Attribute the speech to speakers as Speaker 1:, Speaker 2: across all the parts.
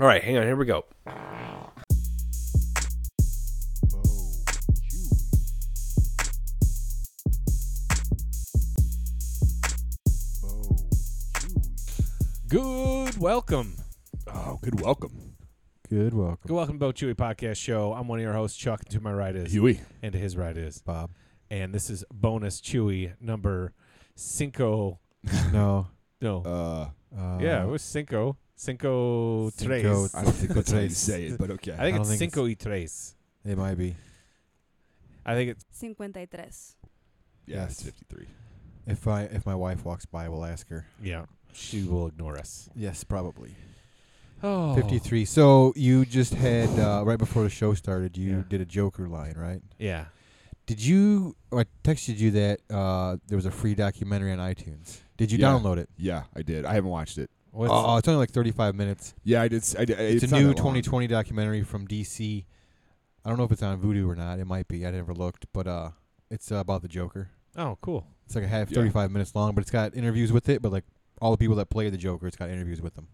Speaker 1: All right, hang on. Here we go. Good welcome.
Speaker 2: Oh, good welcome.
Speaker 3: Good welcome.
Speaker 1: Good welcome to Bo Chewy Podcast Show. I'm one of your hosts, Chuck, and to my right is
Speaker 2: Huey.
Speaker 1: and to his right is.
Speaker 3: Bob.
Speaker 1: And this is bonus Chewy number Cinco.
Speaker 3: No.
Speaker 1: No.
Speaker 2: Uh,
Speaker 3: Uh,
Speaker 1: yeah, it was Cinco. Cinco,
Speaker 3: Cinco
Speaker 1: Tres.
Speaker 2: I don't think that's how you say it, but okay.
Speaker 1: I think
Speaker 3: I don't
Speaker 1: it's
Speaker 3: think
Speaker 1: Cinco y Tres.
Speaker 3: It might be.
Speaker 1: I think it's
Speaker 4: 53.
Speaker 2: yeah, it's
Speaker 3: Yes.
Speaker 2: 53.
Speaker 3: If I if my wife walks by, we'll ask her.
Speaker 1: yeah. She will ignore us.
Speaker 3: Yes, probably.
Speaker 1: Oh.
Speaker 3: 53. So you just had uh, right before the show started, you
Speaker 1: Yeah.
Speaker 3: did a Joker line, right?
Speaker 1: Yeah.
Speaker 3: Did you? I texted you that uh, there was a free documentary on iTunes. Did you
Speaker 2: Yeah.
Speaker 3: download it?
Speaker 2: Yeah, I did. I haven't watched it.
Speaker 1: What's
Speaker 3: oh, oh, it's only like 35 minutes.
Speaker 2: Yeah, I did. s- I did
Speaker 3: It's,
Speaker 2: it's
Speaker 3: a
Speaker 2: not
Speaker 3: new
Speaker 2: that long.
Speaker 3: 2020 documentary from DC. I don't know if it's on Voodoo or not. It might be. I never looked, but uh, it's uh, about the Joker.
Speaker 1: oh, cool.
Speaker 3: It's like a half
Speaker 2: Yeah.
Speaker 3: 35 minutes long, but it's got interviews with it. But like all the people that play the Joker, it's got interviews with them.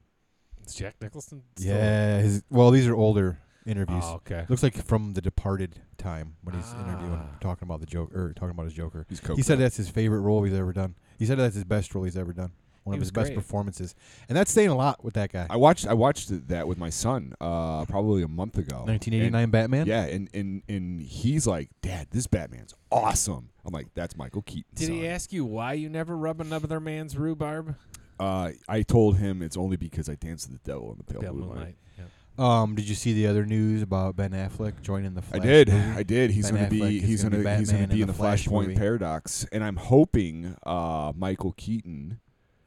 Speaker 1: It's Jack Nicholson. still-
Speaker 3: Yeah. His, well, these are older interviews.
Speaker 1: Oh, okay.
Speaker 3: Looks like from The Departed time when he's interviewing,
Speaker 1: Ah.
Speaker 3: talking about the Joker, or talking about his Joker.
Speaker 2: He's coke
Speaker 3: He said
Speaker 2: now.
Speaker 3: that's his favorite role he's ever done. He said that's his best role he's ever done. One
Speaker 1: He
Speaker 3: of
Speaker 1: was
Speaker 3: his best
Speaker 1: great.
Speaker 3: performances, and that's saying a lot with that guy.
Speaker 2: I watched. I watched that with my son uh, probably a month ago.
Speaker 3: 1989 Batman.
Speaker 2: And- yeah, and, and and he's like, Dad, this Batman's awesome. I'm like, that's Michael Keaton.
Speaker 1: Did he ask you why you never rub another man's rhubarb?
Speaker 2: Uh, I told him it's only because I danced with the devil in the pale
Speaker 1: Pale
Speaker 2: moonlight.
Speaker 1: moonlight. Yeah.
Speaker 3: Um, did you see the other news about Ben Affleck joining the?
Speaker 2: I
Speaker 3: Flash
Speaker 2: did.
Speaker 3: movie?
Speaker 2: I did. He's
Speaker 3: Ben
Speaker 2: going to be.
Speaker 3: Affleck is
Speaker 2: He's
Speaker 3: gonna
Speaker 2: going
Speaker 3: be
Speaker 2: to. He's going
Speaker 3: Batman
Speaker 2: to be
Speaker 3: in
Speaker 2: in the
Speaker 3: the Flash
Speaker 2: Flashpoint
Speaker 3: movie.
Speaker 2: paradox, and I'm hoping uh, Michael Keaton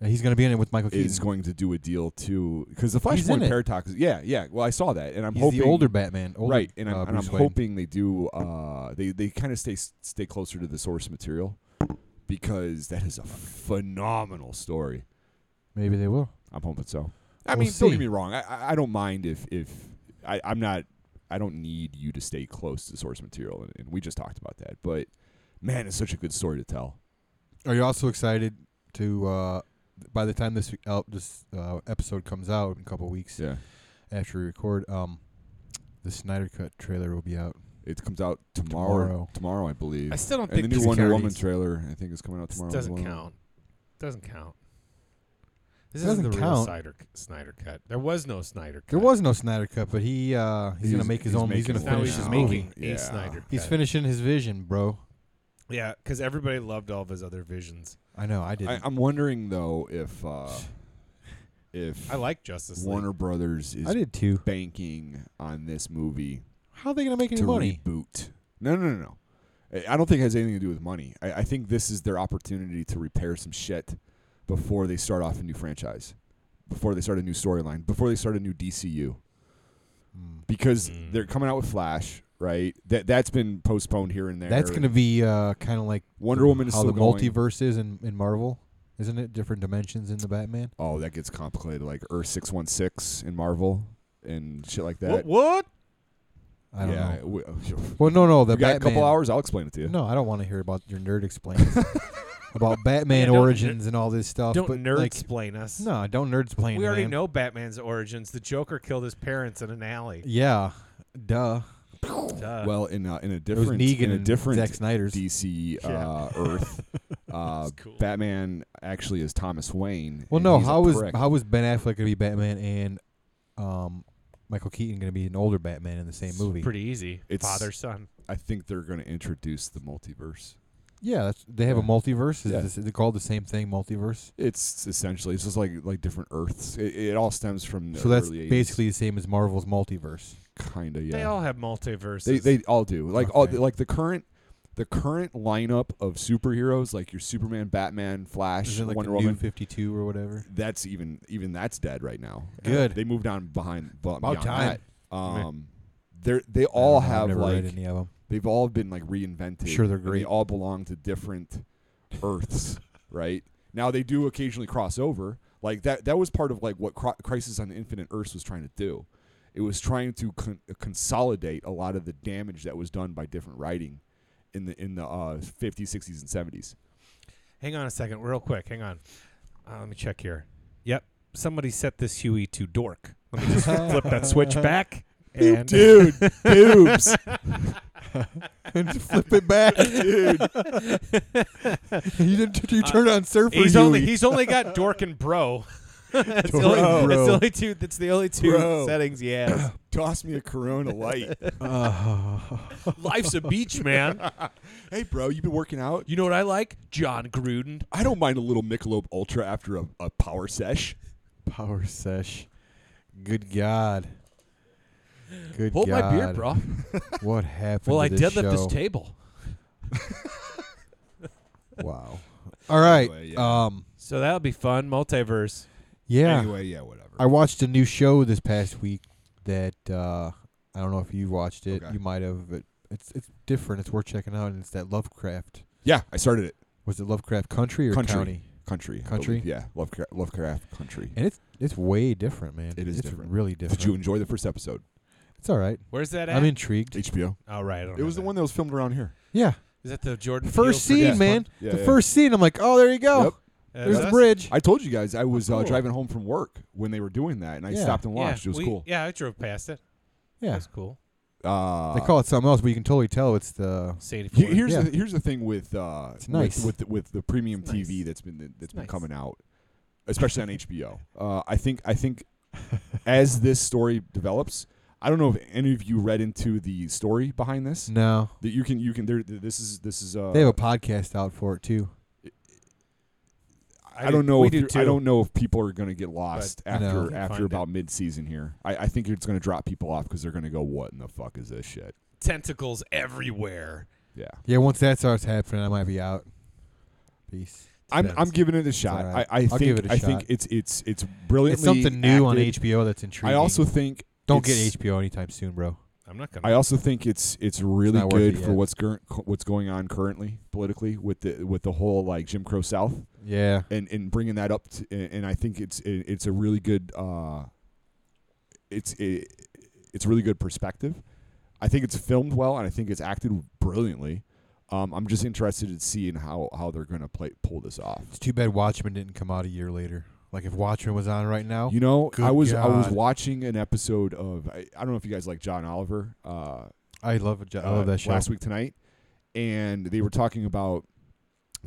Speaker 3: He's going to be in it with Michael Keaton.
Speaker 2: is going to do a deal too, because the
Speaker 3: He's in
Speaker 2: Flashpoint
Speaker 3: it.
Speaker 2: paradox. Is, yeah, yeah. Well, I saw that, and I'm
Speaker 3: He's
Speaker 2: hoping
Speaker 3: the older Batman, older,
Speaker 2: right, and I'm,
Speaker 3: uh,
Speaker 2: and I'm
Speaker 3: Bruce Wayne.
Speaker 2: hoping they do. Uh, they they kind of stay stay closer to the source material, because that is a phenomenal story.
Speaker 3: Maybe they will.
Speaker 2: I'm hoping so. I
Speaker 3: We'll
Speaker 2: mean, don't
Speaker 3: see.
Speaker 2: get me wrong. I- I, I don't mind if if I, I'm not. I don't need you to stay close to source material, and, and we just talked about that. But man, it's such a good story to tell.
Speaker 3: Are you also excited to? Uh, by the time this uh, this uh, episode comes out in a couple weeks
Speaker 2: Yeah,
Speaker 3: after we record, um, the Snyder Cut trailer will be out.
Speaker 2: it comes out tomorrow. Tomorrow,
Speaker 3: Tomorrow.
Speaker 2: I believe.
Speaker 1: I still don't
Speaker 2: and
Speaker 1: think
Speaker 2: the new
Speaker 1: this
Speaker 2: Wonder
Speaker 1: counts.
Speaker 2: Woman trailer, I think, is coming out
Speaker 1: This
Speaker 2: tomorrow. as
Speaker 1: doesn't
Speaker 2: well.
Speaker 1: count. Doesn't count. This
Speaker 3: Doesn't
Speaker 1: isn't the real
Speaker 3: count.
Speaker 1: Snyder, Snyder cut. There was no Snyder cut.
Speaker 3: There was no Snyder Cut, but he uh, he's, going
Speaker 2: He's-
Speaker 3: to make his
Speaker 2: he's
Speaker 3: own. He's
Speaker 2: making
Speaker 3: going to
Speaker 2: one
Speaker 1: Now
Speaker 3: finish
Speaker 1: he's
Speaker 3: his
Speaker 2: now.
Speaker 3: movie.
Speaker 1: making
Speaker 2: Yeah.
Speaker 1: a Snyder.
Speaker 3: He's
Speaker 1: cut.
Speaker 3: finishing his vision, bro.
Speaker 1: Yeah, because everybody loved all of his other visions.
Speaker 3: I know. I did.
Speaker 2: I, I'm wondering though if uh, if
Speaker 1: I like Justice League.
Speaker 2: Warner Brothers is
Speaker 3: I did too.
Speaker 2: banking on this movie
Speaker 3: How are they going to make any
Speaker 2: to
Speaker 3: money?
Speaker 2: reboot. No, no, no, no. I- I don't think it has anything to do with money. I, I think this is their opportunity to repair some shit before they start off a new franchise, before they start a new storyline, before they start a new DCU. Hmm.
Speaker 3: Mm.
Speaker 2: Because
Speaker 1: Mm.
Speaker 2: they're coming out with Flash, right? That that's been postponed here and there.
Speaker 3: That's going to be uh, kind of like
Speaker 2: Wonder Woman is
Speaker 3: how
Speaker 2: still
Speaker 3: the
Speaker 2: going.
Speaker 3: multiverse is in, in Marvel, isn't it? Different dimensions in the Batman.
Speaker 2: oh, that gets complicated. Like Earth six one six in Marvel and shit like
Speaker 1: What?
Speaker 2: that.
Speaker 1: what?
Speaker 3: I don't
Speaker 2: yeah,
Speaker 3: know.
Speaker 2: we- uh,
Speaker 3: Well, no, no, the
Speaker 2: we got a
Speaker 3: Batman.
Speaker 2: couple hours. I'll explain it to you.
Speaker 3: No, I don't want to hear about your nerd explains about Batman
Speaker 1: Yeah, don't
Speaker 3: origins and all this stuff.
Speaker 1: Don't
Speaker 3: but
Speaker 1: nerd
Speaker 3: like,
Speaker 1: explain us.
Speaker 3: no, don't nerd explain.
Speaker 1: we already
Speaker 3: man.
Speaker 1: know Batman's origins. The Joker killed his parents in an alley.
Speaker 3: Yeah, duh.
Speaker 1: Duh.
Speaker 2: Well, in a, in a
Speaker 3: It was
Speaker 2: different
Speaker 3: Negan
Speaker 2: in a
Speaker 3: and
Speaker 2: different
Speaker 3: Zack Snyder's.
Speaker 2: DC uh,
Speaker 1: Yeah.
Speaker 2: Earth. Uh,
Speaker 1: That's cool.
Speaker 2: Batman actually is Thomas Wayne.
Speaker 3: well,
Speaker 2: and
Speaker 3: no,
Speaker 2: he's a
Speaker 3: how was
Speaker 2: prick.
Speaker 3: how was Ben Affleck gonna be Batman and um, Michael Keaton gonna be an older Batman in the same movie?
Speaker 1: Pretty easy.
Speaker 2: It's-
Speaker 1: Father son.
Speaker 2: I think they're going to introduce the multiverse.
Speaker 3: yeah, that's, they have a
Speaker 2: Yeah.
Speaker 3: multiverse. Is
Speaker 2: Yeah.
Speaker 3: this, they called the same thing multiverse.
Speaker 2: It's essentially it's just like like different Earths. It, it all stems from the
Speaker 3: So that's
Speaker 2: early 80s.
Speaker 3: basically the same as Marvel's multiverse.
Speaker 2: kind of yeah.
Speaker 1: They all have multiverses.
Speaker 2: they, they all do like all
Speaker 3: Okay.
Speaker 2: like the current the current lineup of superheroes like your Superman, Batman, Flash,
Speaker 3: Is it like
Speaker 2: Wonder
Speaker 3: the
Speaker 2: Woman.
Speaker 3: new 52 or whatever?
Speaker 2: that's even even that's dead right now.
Speaker 3: Good.
Speaker 2: They moved on behind but
Speaker 3: About
Speaker 2: beyond
Speaker 3: time.
Speaker 2: that.
Speaker 1: Yeah.
Speaker 2: Um, they they
Speaker 3: I don't know,
Speaker 2: all
Speaker 3: I've
Speaker 2: have
Speaker 3: never
Speaker 2: like
Speaker 3: read any of them.
Speaker 2: they've all been like reinvented.
Speaker 3: Sure, they're
Speaker 2: and
Speaker 3: great.
Speaker 2: They all belong to different Earths, right? Now they do occasionally cross over. Like that that was part of like what Cro- Crisis on Infinite Earths was trying to do. It was trying to con- consolidate a lot of the damage that was done by different writing in the in the uh, 50s, 60s, and 70s.
Speaker 1: Hang on a second, real quick. Hang on. Uh, let me check here. Yep. Somebody set this Huey to dork. Let me just flip that switch back. And
Speaker 2: dude, boobs.
Speaker 3: and flip it back, dude. you didn't. You turned on Surfer.
Speaker 1: he's
Speaker 3: Huey.
Speaker 1: only he's only got dork and bro. that's, the
Speaker 3: Dork
Speaker 1: only,
Speaker 3: and
Speaker 1: that's
Speaker 3: bro.
Speaker 1: the only two. That's the only two
Speaker 2: Bro.
Speaker 1: settings he has.
Speaker 2: Toss me a Corona Light.
Speaker 3: Uh,
Speaker 1: Life's a beach, man.
Speaker 2: hey, bro, you been working out?
Speaker 1: You know what I like? John Gruden.
Speaker 2: I don't mind a little Michelob Ultra after a, a power sesh.
Speaker 3: power sesh. Good God. Good
Speaker 1: Hold
Speaker 3: God.
Speaker 1: my beard, bro.
Speaker 3: What happened?
Speaker 1: Well,
Speaker 3: to
Speaker 1: I
Speaker 3: this
Speaker 1: deadlift this
Speaker 3: show?
Speaker 1: table.
Speaker 3: Wow. All right.
Speaker 2: Anyway, yeah.
Speaker 3: Um.
Speaker 1: So that'll be fun. Multiverse.
Speaker 3: Yeah.
Speaker 2: Anyway, yeah, whatever.
Speaker 3: I watched a new show this past week that uh, I don't know if you watched it.
Speaker 2: Okay.
Speaker 3: You might have, but it's it's different. It's worth checking out, and it's that Lovecraft.
Speaker 2: yeah, I started it.
Speaker 3: Was it Lovecraft Country or
Speaker 2: Country.
Speaker 3: County?
Speaker 2: Country. I
Speaker 3: Country?
Speaker 2: believe. Yeah, Lovecraft, Lovecraft Country.
Speaker 3: And it's it's way different, man.
Speaker 2: It is
Speaker 3: It's
Speaker 2: different.
Speaker 3: really different.
Speaker 2: Did you enjoy the first episode?
Speaker 3: It's all right.
Speaker 1: Where's that at?
Speaker 3: I'm intrigued.
Speaker 2: HBO.
Speaker 1: oh right. I don't
Speaker 2: It was
Speaker 1: know
Speaker 2: the
Speaker 1: that.
Speaker 2: one that was filmed around here.
Speaker 3: Yeah.
Speaker 1: Is that the Jordan
Speaker 3: First
Speaker 1: Peele
Speaker 3: scene,
Speaker 1: production?
Speaker 2: Yeah.
Speaker 3: man.
Speaker 2: Yeah,
Speaker 3: the
Speaker 2: yeah.
Speaker 3: first scene, I'm like, oh, there you go.
Speaker 1: Uh,
Speaker 2: Yep.
Speaker 3: There's
Speaker 1: that's-
Speaker 3: the bridge.
Speaker 2: I told you guys I was uh,
Speaker 1: Cool.
Speaker 2: driving home from work when they were doing that, and I
Speaker 3: Oh. Yeah.
Speaker 2: stopped and watched.
Speaker 1: Yeah,
Speaker 2: it was
Speaker 1: we-
Speaker 2: cool.
Speaker 1: Yeah, I drove past it.
Speaker 3: yeah.
Speaker 1: That's cool.
Speaker 2: Uh,
Speaker 3: They call it something else, but you can totally tell it's the.
Speaker 1: Sadie
Speaker 2: he-
Speaker 1: Ford.
Speaker 2: here's
Speaker 3: Yeah.
Speaker 2: the, here's the thing with uh,
Speaker 3: It's
Speaker 2: with-
Speaker 3: nice.
Speaker 2: with, the- with the premium
Speaker 1: It's
Speaker 2: TV
Speaker 1: nice.
Speaker 2: that's been that's been
Speaker 1: nice.
Speaker 2: coming out, especially on HBO. Uh, I think I think as this story develops, I don't know if any of you read into the story behind this.
Speaker 3: No.
Speaker 2: That you can you can there this is this is uh,
Speaker 3: Mm. They have a podcast out for it too.
Speaker 2: I don't know.
Speaker 1: We
Speaker 2: If
Speaker 1: do
Speaker 2: you're- I
Speaker 1: too.
Speaker 2: don't know if people are going to get lost
Speaker 3: But- No.
Speaker 2: after
Speaker 1: Can
Speaker 2: after
Speaker 1: find it.
Speaker 2: about mid season here. I, I think it's going to drop people off because they're going to go, "What in the fuck is this shit?"
Speaker 1: tentacles everywhere.
Speaker 2: Yeah,
Speaker 3: Yeah, once that starts happening, I might be out. Peace.
Speaker 2: I'm
Speaker 1: Depends.
Speaker 2: I'm giving it a shot.
Speaker 3: alright.
Speaker 2: I, I
Speaker 3: I'll
Speaker 2: think
Speaker 3: give it a
Speaker 2: I
Speaker 3: shot.
Speaker 2: think it's it's it's brilliantly
Speaker 3: It's something new on
Speaker 2: acted.
Speaker 3: HBO that's intriguing.
Speaker 2: I also think
Speaker 3: don't get
Speaker 2: it's-
Speaker 3: HBO anytime soon, bro.
Speaker 1: I'm not gonna.
Speaker 2: I also think it's it's really
Speaker 3: not worth
Speaker 2: good
Speaker 3: it
Speaker 2: for
Speaker 3: yet.
Speaker 2: what's current what's going on currently politically with the with the whole like Jim Crow South
Speaker 3: Yeah.
Speaker 2: and and bringing that up to, and, and I think it's it, it's a really good uh it's it, it's a really good perspective. I think it's filmed well and I think it's acted brilliantly. Um, I'm just interested in seeing how how they're going to play pull this off.
Speaker 3: It's too bad Watchmen didn't come out a year later. Like if Watchmen was on right now,
Speaker 2: You know,
Speaker 3: Oh, Good
Speaker 2: I was I was
Speaker 3: God.
Speaker 2: watching an episode of I, I don't know if you guys like John Oliver. Uh,
Speaker 3: I love it. I love
Speaker 2: uh,
Speaker 3: that show.
Speaker 2: Last week tonight, and they were talking about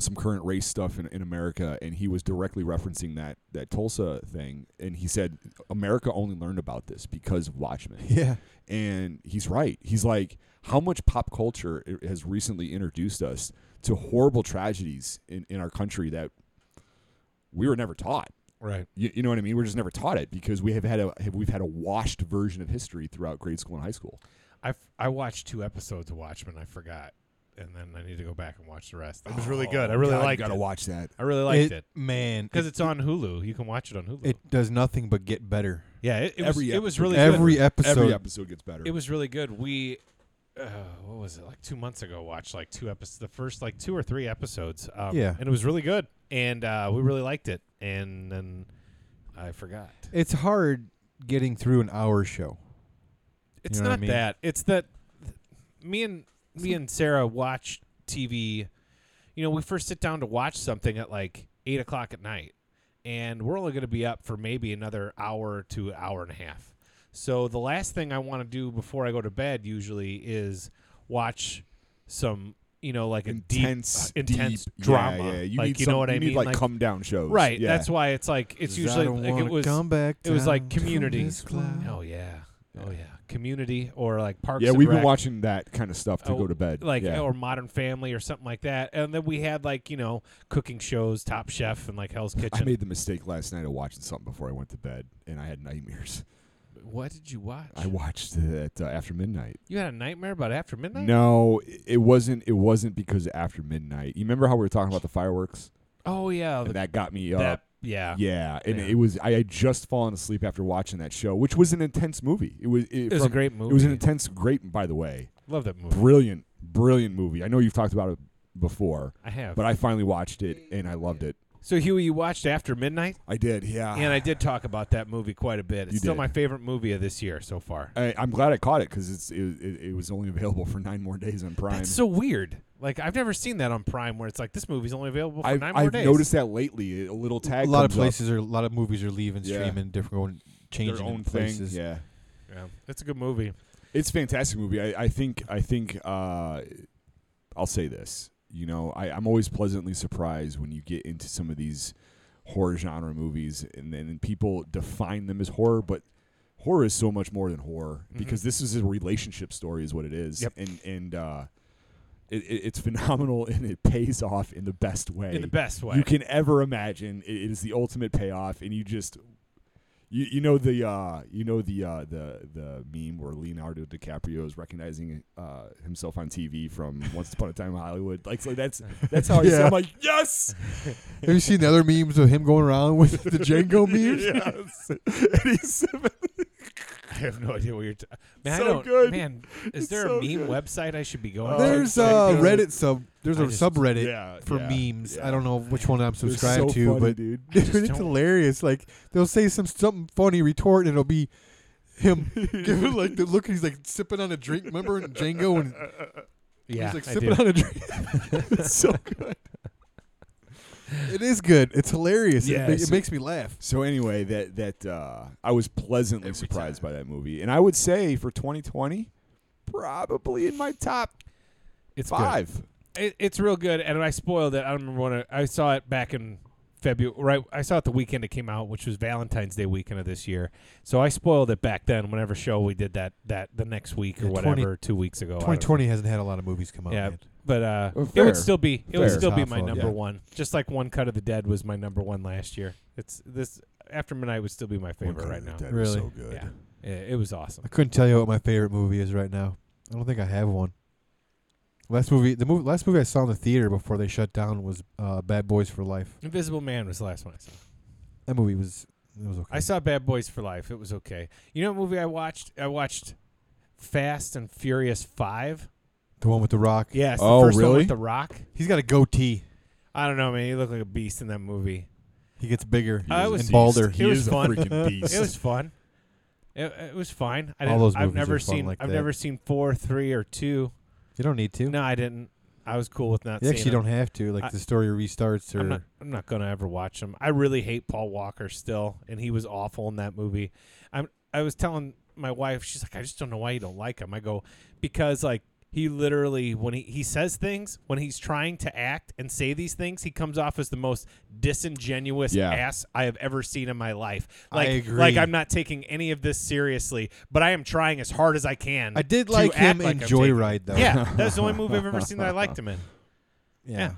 Speaker 2: some current race stuff in, in America, and he was directly referencing that that Tulsa thing, and he said America only learned about this because of Watchmen,
Speaker 3: Yeah.
Speaker 2: and he's right. He's like, how much pop culture i- has recently introduced us to horrible tragedies in in our country that we were never taught.
Speaker 1: right.
Speaker 2: You, you know what I mean? We're just never taught it because we have had a have, we've had a washed version of history throughout grade school and high school.
Speaker 1: I f- I watched two episodes of Watchmen. I forgot, and then I need to go back and watch the rest. Oh, It was really good. I really
Speaker 2: God, you
Speaker 1: liked
Speaker 2: Gotta
Speaker 1: it.
Speaker 2: watch that.
Speaker 1: I really liked it
Speaker 3: man.
Speaker 1: because it's on Hulu. You can watch it on Hulu.
Speaker 3: It does nothing but get better.
Speaker 1: yeah, it, it
Speaker 2: every
Speaker 1: was it was
Speaker 2: episode-
Speaker 1: really
Speaker 3: Every
Speaker 1: good.
Speaker 3: episode.
Speaker 2: Every episode gets better.
Speaker 1: It was really good. We uh, what was it like two months ago? Watched like two episodes, the first like two or three episodes. Um,
Speaker 3: Yeah.
Speaker 1: and it was really good, and uh, we really liked it. And then I forgot.
Speaker 3: It's hard getting through an hour show.
Speaker 1: It's
Speaker 3: know what I
Speaker 1: not
Speaker 3: mean?
Speaker 1: that. It's that me and me and Sarah watch TV. You know, we first sit down to watch something at like eight o'clock at night, and we're only going to be up for maybe another hour to hour and a half. So the last thing I want to do before I go to bed usually is watch some, you know, like a
Speaker 2: intense,
Speaker 1: deep, uh, intense
Speaker 2: deep- yeah,
Speaker 1: drama.
Speaker 2: Yeah, You
Speaker 1: like
Speaker 2: need
Speaker 1: you
Speaker 2: some-
Speaker 1: know what
Speaker 2: you
Speaker 1: I
Speaker 2: need,
Speaker 1: mean?
Speaker 2: Like,
Speaker 1: Like,
Speaker 2: come down shows,
Speaker 1: right.
Speaker 2: Yeah.
Speaker 1: That's why it's like it's usually like it was.
Speaker 3: Come back
Speaker 1: it was like
Speaker 3: down from
Speaker 1: Community.
Speaker 3: this cloud.
Speaker 1: Oh yeah. Oh yeah, community or like Parks.
Speaker 2: yeah.
Speaker 1: and
Speaker 2: We've been
Speaker 1: Rec,
Speaker 2: watching that kind of stuff to
Speaker 1: Oh,
Speaker 2: go to bed.
Speaker 1: like
Speaker 2: yeah.
Speaker 1: or Modern Family or something like that. And then we had like you know cooking shows, Top Chef, and like Hell's Kitchen.
Speaker 2: I made the mistake last night of watching something before I went to bed, and I had nightmares.
Speaker 1: what did you watch?
Speaker 2: I watched it uh, after midnight.
Speaker 1: you had a nightmare about After Midnight.
Speaker 2: No, i- it wasn't. It wasn't because of after midnight. You remember how we were talking about the fireworks,
Speaker 1: Oh yeah, the-
Speaker 2: and that got me
Speaker 1: that-
Speaker 2: up.
Speaker 1: yeah.
Speaker 2: Yeah, and
Speaker 1: Yeah.
Speaker 2: it was. I had just fallen asleep after watching that show, which was an intense movie. It was. It,
Speaker 1: It was
Speaker 2: from-
Speaker 1: a great movie.
Speaker 2: It was an intense, great. By the way,
Speaker 1: Love that movie.
Speaker 2: brilliant, brilliant movie. I know you've talked about it before,
Speaker 1: I have.
Speaker 2: but I finally watched it and I loved it.
Speaker 1: so Huey, you watched After Midnight,
Speaker 2: I did, yeah.
Speaker 1: and I did talk about that movie quite a bit. It's
Speaker 2: You
Speaker 1: still
Speaker 2: did.
Speaker 1: my favorite movie of this year so far.
Speaker 2: I, I'm glad I caught it because it's it, it, it was only available for nine more days on Prime.
Speaker 1: That's so weird. Like I've never seen that on Prime, where it's like this movie's only available for
Speaker 2: I've,
Speaker 1: nine more
Speaker 2: I've
Speaker 1: days.
Speaker 2: noticed that lately. A little tag.
Speaker 3: a lot of
Speaker 2: comes up.
Speaker 3: places are a lot of movies are leaving
Speaker 2: Yeah.
Speaker 3: streaming different going changing
Speaker 2: their own
Speaker 3: in
Speaker 2: thing.
Speaker 3: places.
Speaker 2: Yeah,
Speaker 1: Yeah, it's a good movie.
Speaker 2: it's a fantastic movie. I, I think I think uh, I'll say this. You know, I, I'm always pleasantly surprised when you get into some of these horror genre movies, and then people define them as horror, but horror is so much more than horror
Speaker 1: Mhm.
Speaker 2: because this is a relationship story, is what it is,
Speaker 1: Yep.
Speaker 2: and and uh, it, it, it's phenomenal and it pays off in the best way.
Speaker 1: In the best way.
Speaker 2: you can ever imagine. It- it is the ultimate payoff, and you just you, you know the uh, you know the uh, the the meme where Leonardo DiCaprio is recognizing uh, himself on TV from Once Upon a Time in Hollywood. Like so that's that's how I
Speaker 3: Yeah.
Speaker 2: sound. I'm like yes,
Speaker 3: Have you seen the other memes of him going around with the Django memes?
Speaker 2: yes. and he's
Speaker 1: I have no idea what you're talking. Man,
Speaker 2: So
Speaker 1: I don't,
Speaker 2: good.
Speaker 1: Man, is
Speaker 2: It's
Speaker 1: there
Speaker 2: so
Speaker 1: a meme
Speaker 2: good.
Speaker 1: website I should be going?
Speaker 2: Oh,
Speaker 1: to?
Speaker 3: There's a
Speaker 2: Django.
Speaker 3: Reddit sub. There's
Speaker 1: I
Speaker 3: a
Speaker 1: just-
Speaker 3: subreddit
Speaker 2: yeah
Speaker 3: for
Speaker 2: yeah,
Speaker 3: memes.
Speaker 2: yeah.
Speaker 3: I don't know which one I'm
Speaker 2: They're
Speaker 3: subscribed
Speaker 2: so
Speaker 3: to,
Speaker 2: funny,
Speaker 3: but
Speaker 2: dude.
Speaker 3: dude,
Speaker 1: just
Speaker 3: it's
Speaker 1: don't-
Speaker 3: hilarious. Like they'll say some something funny retort, and it'll be him giving like the look. He's like sipping on a drink. Remember in Django, and
Speaker 1: yeah,
Speaker 3: he's like
Speaker 1: I
Speaker 3: sipping
Speaker 1: do.
Speaker 3: on a drink.
Speaker 2: it's so good.
Speaker 3: It is good. It's hilarious. It
Speaker 2: Yeah,
Speaker 3: ma- it,
Speaker 2: so-
Speaker 3: makes me laugh.
Speaker 2: So anyway, that that uh, I was pleasantly
Speaker 1: Every
Speaker 2: surprised
Speaker 1: time.
Speaker 2: by that movie, and I would say for 2020, probably in my top
Speaker 1: It's good.
Speaker 2: five.
Speaker 1: It, it's real good, and I spoiled it. I don't remember when I, I saw it back in February. Right, I saw it the weekend it came out, which was Valentine's Day weekend of this year. So I spoiled it back then. Whenever show we did that, that the next week or
Speaker 3: Yeah, 20
Speaker 1: whatever, two weeks ago. I don't know.
Speaker 3: 2020 hasn't had a lot of movies come out.
Speaker 1: Yeah.
Speaker 3: man.
Speaker 1: But uh,
Speaker 2: Well,
Speaker 1: it
Speaker 2: fair.
Speaker 1: would still be it would
Speaker 2: Fair.
Speaker 1: still be my
Speaker 3: Tough,
Speaker 1: number
Speaker 2: yeah.
Speaker 1: one. Just like One Cut of the Dead was my number one last year. It's this After Midnight would still be my favorite right now.
Speaker 3: Dead was so
Speaker 2: so
Speaker 3: Really?
Speaker 2: good.
Speaker 1: Yeah, it, it was awesome.
Speaker 3: I couldn't tell you what my favorite movie is right now. I don't think I have one. Last movie, the movie, last movie I saw in the theater before they shut down was uh, Bad Boys for Life.
Speaker 1: Invisible Man was the last one I saw.
Speaker 3: That movie was it was okay.
Speaker 1: I saw Bad Boys for Life. It was okay. You know what movie I watched? I watched Fast and Furious Five.
Speaker 3: the one with the Rock.
Speaker 1: Yes, the
Speaker 2: Oh,
Speaker 1: first one
Speaker 2: really?
Speaker 1: with The Rock.
Speaker 3: He's got a goatee.
Speaker 1: I don't know, man. He looked like a beast in that movie.
Speaker 3: He gets bigger
Speaker 1: I was-
Speaker 3: and balder.
Speaker 1: He was
Speaker 2: is
Speaker 1: fun.
Speaker 2: a freaking beast.
Speaker 1: It was fun. It, it was fine. I
Speaker 3: All
Speaker 1: didn't,
Speaker 3: those
Speaker 1: I've
Speaker 3: movies are
Speaker 1: never
Speaker 3: fun
Speaker 1: seen.
Speaker 3: like
Speaker 1: I've
Speaker 3: that.
Speaker 1: never seen four, three, or two.
Speaker 3: You don't need to.
Speaker 1: No, I didn't. I was cool with not.
Speaker 3: you actually
Speaker 1: seeing
Speaker 3: don't have to. Like
Speaker 1: I- Uh-huh.
Speaker 3: the story restarts or
Speaker 1: I'm not, I'm not gonna ever watch him. I really hate Paul Walker still, and he was awful in that movie. I'm. I was telling my wife, she's like, I just don't know why you don't like him. I go because like he literally when he he says things when he's trying to act and say these things, he comes off as the most disingenuous
Speaker 2: Yeah.
Speaker 1: ass I have ever seen in my life.
Speaker 3: I
Speaker 1: Like
Speaker 3: agree.
Speaker 1: like I'm not taking any of this seriously, but I am trying as hard as I can.
Speaker 3: I did
Speaker 1: to
Speaker 3: like
Speaker 1: act
Speaker 3: him in
Speaker 1: I'm taking-
Speaker 3: Joyride though.
Speaker 1: Yeah, that's the only movie I've ever seen that I liked him in.
Speaker 3: yeah.
Speaker 1: yeah.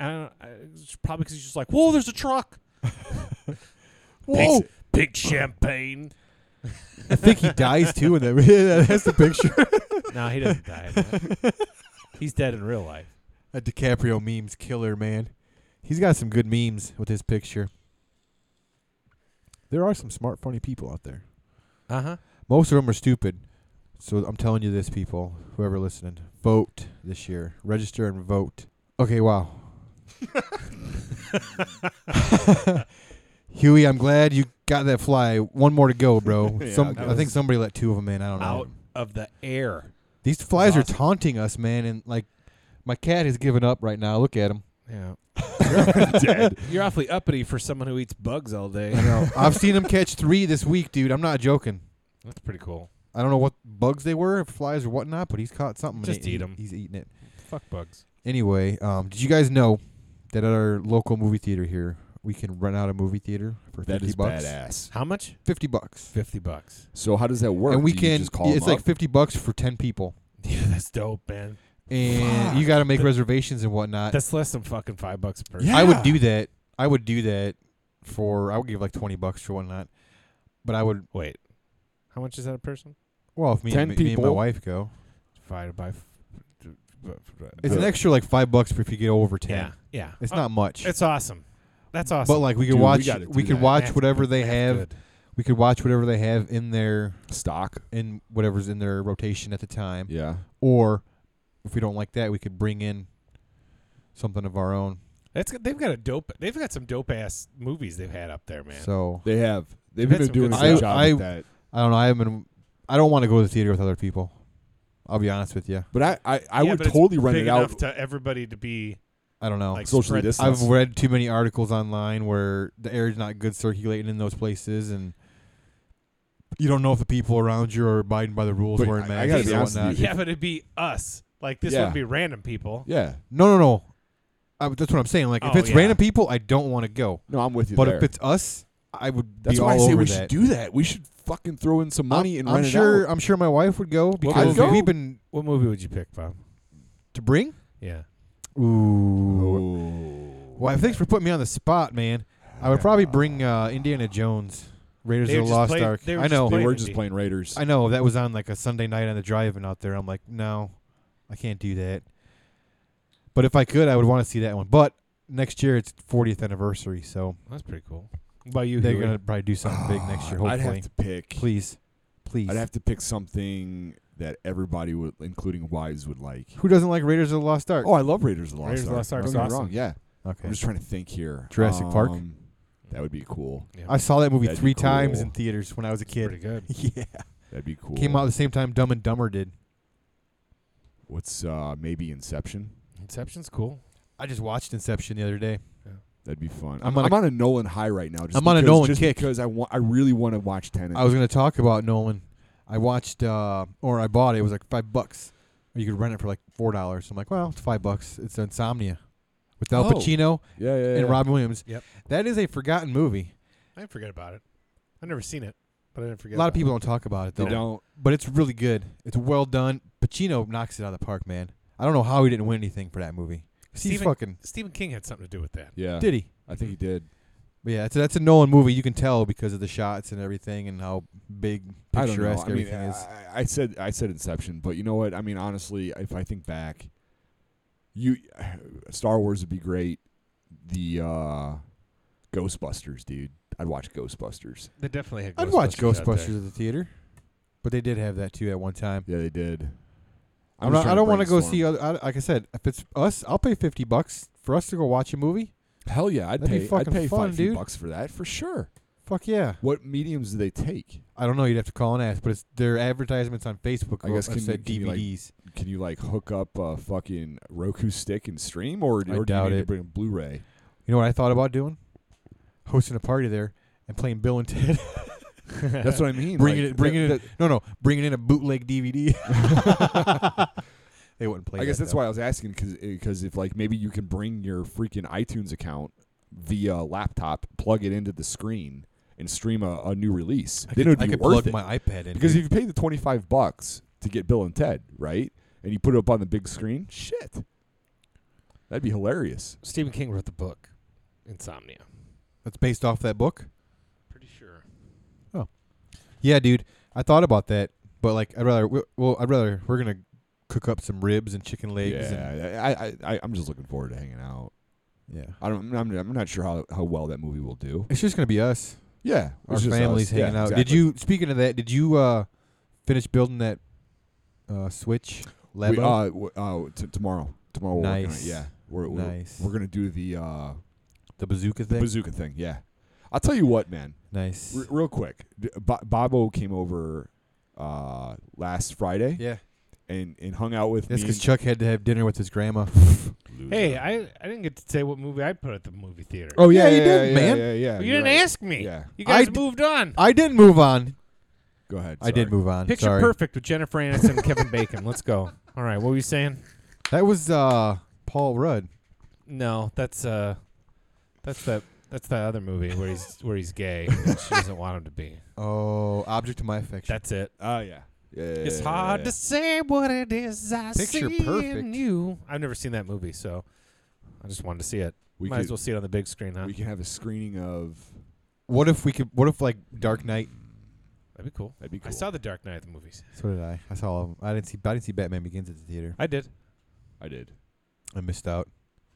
Speaker 1: I don't. I, it's probably because he's just like, whoa, there's a truck.
Speaker 3: Whoa!
Speaker 1: Big, big champagne.
Speaker 3: I think he dies too in that. yeah, that's the picture.
Speaker 1: no, he doesn't die. but he's dead in real life.
Speaker 3: A DiCaprio memes killer man. He's got some good memes with his picture. There are some smart, funny people out there.
Speaker 1: Uh huh.
Speaker 3: Most of them are stupid. So I'm telling you this, people, whoever listening, vote this year. Register and vote. Okay, wow. Huey, I'm glad you got that fly. One more to go, bro.
Speaker 2: Yeah,
Speaker 3: some,
Speaker 2: that
Speaker 3: I think somebody let two of them in. I don't know.
Speaker 1: Out of the air.
Speaker 3: These flies
Speaker 1: awesome.
Speaker 3: are taunting us, man. And like, my cat has given up right now. Look at him.
Speaker 1: Yeah.
Speaker 2: dead.
Speaker 1: You're awfully uppity for someone who eats bugs all day.
Speaker 3: I've seen him catch three this week, dude. I'm not joking.
Speaker 1: That's pretty cool.
Speaker 3: I don't know what bugs they were, flies or whatnot, but he's caught something. and
Speaker 1: Just
Speaker 3: he-
Speaker 1: eat 'em.
Speaker 3: He's eating it.
Speaker 1: Fuck bugs.
Speaker 3: Anyway, um, did you guys know that at our local movie theater here, we can rent out a movie theater for
Speaker 2: That
Speaker 3: fifty
Speaker 2: is
Speaker 3: bucks?
Speaker 2: badass.
Speaker 1: How much?
Speaker 3: Fifty bucks.
Speaker 1: Fifty bucks.
Speaker 2: So how does that work?
Speaker 3: and we
Speaker 2: Do you
Speaker 3: can.
Speaker 2: just call
Speaker 3: it's
Speaker 2: them
Speaker 3: like
Speaker 2: up?
Speaker 3: fifty bucks for ten people,
Speaker 1: Yeah, that's dope, man.
Speaker 3: and
Speaker 2: Fuck.
Speaker 3: you got to make reservations and whatnot.
Speaker 1: That's less than fucking five bucks per.
Speaker 2: Yeah.
Speaker 3: I would do that. I would do that for. I would give like twenty bucks for whatnot, but I would.
Speaker 1: Wait. How much is that a person?
Speaker 3: Well, if me,
Speaker 2: 10
Speaker 3: and, me and my
Speaker 2: people.
Speaker 3: wife go,
Speaker 1: Divided by. F-
Speaker 3: it's an
Speaker 2: Yeah.
Speaker 3: extra like five bucks if you get over ten.
Speaker 1: yeah. Yeah.
Speaker 3: It's
Speaker 1: Oh,
Speaker 3: not much.
Speaker 1: It's awesome. That's awesome.
Speaker 3: But like we could
Speaker 2: Dude, we
Speaker 3: watch,
Speaker 2: gotta
Speaker 3: we,
Speaker 2: do
Speaker 3: could
Speaker 2: that.
Speaker 3: watch
Speaker 1: That's
Speaker 3: whatever
Speaker 1: good.
Speaker 3: they
Speaker 1: That's
Speaker 3: have.
Speaker 1: good.
Speaker 3: We could watch whatever they have in their
Speaker 2: stock.
Speaker 3: in whatever's in their rotation at the time.
Speaker 2: Yeah.
Speaker 3: Or if we don't like that, we could bring in something of our own.
Speaker 1: That's they've got a dope. They've got some dope ass movies they've had up there, man.
Speaker 3: So
Speaker 2: They have. They've
Speaker 1: That's
Speaker 2: been
Speaker 1: some
Speaker 2: doing
Speaker 1: good
Speaker 2: a good
Speaker 3: stuff.
Speaker 2: job
Speaker 3: I-
Speaker 2: with that.
Speaker 3: I don't know. I haven't. been- I don't want to go to the theater with other people. I'll be honest with you.
Speaker 2: But I, I, I
Speaker 1: Yeah,
Speaker 2: would
Speaker 1: but it's
Speaker 2: totally rent
Speaker 1: big
Speaker 2: it
Speaker 1: enough
Speaker 2: out.
Speaker 1: to everybody to be
Speaker 3: I don't know.
Speaker 1: like
Speaker 2: socially
Speaker 1: spread-
Speaker 2: distanced.
Speaker 3: I've read too many articles online where the air is not good circulating in those places, and you don't know if the people around you are abiding by the rules,
Speaker 2: But
Speaker 3: wearing
Speaker 2: I- I
Speaker 3: masks
Speaker 2: gotta
Speaker 1: be
Speaker 3: or
Speaker 2: honest with
Speaker 3: whatnot.
Speaker 2: you.
Speaker 1: Yeah, but it'd be us. Like this
Speaker 2: Yeah.
Speaker 1: wouldn't be random people.
Speaker 2: Yeah.
Speaker 3: No, no, no. I, that's what I'm saying. Like, if
Speaker 1: Oh,
Speaker 3: it's
Speaker 1: yeah.
Speaker 3: random people, I don't want to go.
Speaker 2: No, I'm with you
Speaker 3: But
Speaker 2: there.
Speaker 3: if it's us, I would
Speaker 2: That's
Speaker 3: be all
Speaker 2: why I say
Speaker 3: over
Speaker 2: we
Speaker 3: that.
Speaker 2: should do that. We should fucking throw in some money and
Speaker 3: I'm
Speaker 2: rent
Speaker 3: sure.
Speaker 2: it out.
Speaker 3: I'm sure my wife would go because
Speaker 2: go.
Speaker 3: we've been
Speaker 1: What movie would you pick, Bob?
Speaker 3: to bring.
Speaker 1: Yeah.
Speaker 3: Ooh.
Speaker 2: Ooh.
Speaker 3: Well, thanks for putting me on the spot, man. I would probably bring uh, Indiana Jones, Raiders
Speaker 1: They were
Speaker 3: of the
Speaker 1: just
Speaker 3: Lost
Speaker 1: playing-
Speaker 3: Ark.
Speaker 1: they were
Speaker 3: I
Speaker 1: just
Speaker 3: know.
Speaker 2: They
Speaker 1: playing-
Speaker 2: were just playing Raiders.
Speaker 3: I know that was on like a Sunday night on the drive and out there. I'm like, no, I can't do that. But if I could, I would want to see that one. But next year it's 40th anniversary, so
Speaker 1: That's pretty cool. What about you?
Speaker 3: they're
Speaker 1: Huey?
Speaker 3: gonna probably do something big next year. Hopefully,
Speaker 2: I'd have to pick.
Speaker 3: please, please.
Speaker 2: I'd have to pick something that everybody would, including wives, would like.
Speaker 3: Who doesn't like Raiders of the Lost Ark?
Speaker 2: Oh, I love Raiders of the Lost
Speaker 1: Raiders of the Lost
Speaker 2: Ark.
Speaker 1: Ark's
Speaker 2: Don't get me
Speaker 1: awesome.
Speaker 2: wrong. Yeah,
Speaker 3: okay.
Speaker 2: I'm just trying to think here.
Speaker 3: Jurassic Park?
Speaker 2: Um, That would be cool.
Speaker 1: Yeah,
Speaker 3: I saw that movie
Speaker 2: That'd be
Speaker 3: three times
Speaker 2: cool.
Speaker 3: in theaters when I was a
Speaker 1: pretty
Speaker 3: kid.
Speaker 1: good.
Speaker 3: yeah,
Speaker 2: That'd be cool.
Speaker 3: came out the same time Dumb and Dumber did.
Speaker 2: What's uh, maybe Inception?
Speaker 1: Inception's cool.
Speaker 3: I just watched Inception the other day.
Speaker 2: That'd be fun.
Speaker 3: I'm
Speaker 2: I'm,
Speaker 3: on
Speaker 2: on,
Speaker 3: a-
Speaker 2: I'm on a Nolan high right now. Just
Speaker 3: I'm on a
Speaker 2: because-
Speaker 3: Nolan
Speaker 2: just
Speaker 3: kick.
Speaker 2: because I want. I really want to watch Tenet.
Speaker 3: I was gonna talk about Nolan. I watched uh, or I bought it. It was like five bucks. Or you could rent it for like four dollars. I'm like, well, it's five bucks. It's Insomnia with Al
Speaker 1: Oh.
Speaker 3: Pacino
Speaker 2: yeah, yeah, yeah.
Speaker 3: and Robin Williams.
Speaker 1: Yep.
Speaker 3: That is a forgotten movie.
Speaker 1: I forget about it. I've never seen it, but I didn't forget.
Speaker 3: a lot of
Speaker 1: about it.
Speaker 3: people don't talk about it
Speaker 2: They
Speaker 3: though.
Speaker 2: don't.
Speaker 3: But it's really good. It's well done. Pacino knocks it out of the park, man. I don't know how he didn't win anything for that movie. 'Cause He's
Speaker 1: Steven-
Speaker 3: fucking
Speaker 1: Stephen King had something to do with that.
Speaker 2: Yeah,
Speaker 3: did he?
Speaker 2: I think he did.
Speaker 3: But yeah, that's a, that's a Nolan movie. You can tell because of the shots and everything, and how big
Speaker 2: I don't know.
Speaker 3: picturesque
Speaker 2: I mean, uh,
Speaker 3: everything is.
Speaker 2: I, I said I said Inception, but you know what? I mean, honestly, if I think back, you Star Wars would be great. The uh, Ghostbusters, dude. I'd watch Ghostbusters.
Speaker 1: They definitely had.
Speaker 3: I'd watch
Speaker 1: out there.
Speaker 3: Ghostbusters at the theater, but they did have that too at one time.
Speaker 2: Yeah, they did. I'm
Speaker 3: I'm
Speaker 2: just
Speaker 3: not,
Speaker 2: trying
Speaker 3: I don't
Speaker 2: want to
Speaker 3: go
Speaker 2: brainstorm.
Speaker 3: see uh, other. I, like I said, if it's us, I'll pay fifty bucks for us to go watch a movie.
Speaker 2: Hell yeah, I'd
Speaker 3: That'd be
Speaker 2: pay.
Speaker 3: fucking
Speaker 2: I'd pay
Speaker 3: fun,
Speaker 2: five few
Speaker 3: dude.
Speaker 2: bucks for that for sure.
Speaker 3: Fuck yeah!
Speaker 2: What mediums do they take?
Speaker 3: I don't know. You'd have to call and ask, but it's their advertisements on Facebook.
Speaker 2: I guess
Speaker 3: have
Speaker 2: can you-
Speaker 3: said
Speaker 2: can you, like,
Speaker 3: DVDs.
Speaker 2: Can you like hook up a fucking Roku stick and stream, or, or
Speaker 3: I
Speaker 2: do
Speaker 3: doubt
Speaker 2: you need
Speaker 3: it.
Speaker 2: to bring a Blu-ray?
Speaker 3: you know what I thought about doing? Hosting a party there and playing Bill and Ted.
Speaker 2: That's what I mean.
Speaker 3: bringing
Speaker 2: like,
Speaker 3: it, bringing
Speaker 2: that-
Speaker 3: it. No, no, bringing in a bootleg DVD. they wouldn't play.
Speaker 2: I guess that's
Speaker 3: why.
Speaker 2: why I was asking because if like maybe you can bring your freaking iTunes account via laptop, plug it into the screen, and stream a, a new release,
Speaker 3: I
Speaker 2: then
Speaker 3: could,
Speaker 2: it would
Speaker 3: I
Speaker 2: be
Speaker 3: could
Speaker 2: worth
Speaker 3: plug
Speaker 2: it.
Speaker 3: my iPad in
Speaker 2: because
Speaker 3: dude.
Speaker 2: if you pay the twenty five bucks to get Bill and Ted right, and you put it up on the big screen, shit, that'd be hilarious.
Speaker 1: Stephen King wrote the book, Insomnia.
Speaker 3: that's based off that book.
Speaker 1: Pretty sure.
Speaker 3: Yeah, dude, I thought about that, but like, I'd rather. we- Well, I'd rather we're gonna cook up some ribs and chicken legs. and,
Speaker 2: Yeah, I, I, I, I'm just looking forward to hanging out.
Speaker 3: yeah.
Speaker 2: I don't. I'm, I'm not sure how, how well that movie will do.
Speaker 3: It's just gonna be us,
Speaker 2: Yeah,
Speaker 3: our
Speaker 2: it's just
Speaker 3: families
Speaker 2: us. Yeah,
Speaker 3: hanging out. Did
Speaker 2: exactly.
Speaker 3: you? Speaking of that, did you uh finish building that uh switch labo?
Speaker 2: We, uh, w- uh, t- tomorrow. Tomorrow. We're working on it,
Speaker 3: Nice.
Speaker 2: Yeah, we're we're,
Speaker 3: nice.
Speaker 2: we're gonna do the uh,
Speaker 3: the bazooka thing.
Speaker 2: bazooka thing. Yeah, I'll tell you what, man.
Speaker 3: nice.
Speaker 2: R- real quick, D- Bo- Bobo came over uh, last Friday
Speaker 3: yeah.
Speaker 2: and and hung out with
Speaker 3: That's
Speaker 2: me.
Speaker 3: because Chuck had to have dinner with his grandma.
Speaker 2: Loser.
Speaker 1: Hey, I I didn't get to say what movie I put at the movie theater.
Speaker 2: Oh yeah,
Speaker 3: Yeah, you
Speaker 2: yeah,
Speaker 3: did,
Speaker 2: yeah,
Speaker 3: man.
Speaker 2: Yeah, yeah.
Speaker 1: you
Speaker 2: you're
Speaker 1: didn't
Speaker 2: right.
Speaker 1: ask me.
Speaker 2: Yeah.
Speaker 1: You
Speaker 3: I
Speaker 1: guys
Speaker 3: d-
Speaker 1: moved on.
Speaker 3: I didn't move on.
Speaker 2: Go ahead.
Speaker 3: I did
Speaker 2: sorry.
Speaker 3: move on.
Speaker 1: Picture
Speaker 3: Sorry.
Speaker 1: perfect with Jennifer Aniston and Kevin Bacon. Let's go. All right, what were you saying?
Speaker 3: That was uh Paul Rudd.
Speaker 1: No, that's uh, that's that that's that other movie where he's where he's gay. and she doesn't want him to be.
Speaker 3: Oh, object of my affection.
Speaker 1: That's it.
Speaker 2: Oh yeah. Yeah, yeah,
Speaker 1: It's
Speaker 2: yeah,
Speaker 1: hard
Speaker 2: yeah.
Speaker 1: to say what it is I
Speaker 3: Picture
Speaker 1: see in
Speaker 3: perfect.
Speaker 1: you. I've never seen that movie, so I just wanted to see it.
Speaker 2: We
Speaker 1: Might
Speaker 2: could,
Speaker 1: as well see it on the big screen, huh?
Speaker 2: we can have a screening of.
Speaker 3: What if we could? What if like Dark Knight?
Speaker 1: That'd be cool.
Speaker 2: That'd be cool.
Speaker 1: I saw The Dark Knight at the movies.
Speaker 3: So did I. I saw all of 'em. I didn't see. I didn't see Batman Begins at the theater.
Speaker 1: I did.
Speaker 2: I did.
Speaker 3: I missed out.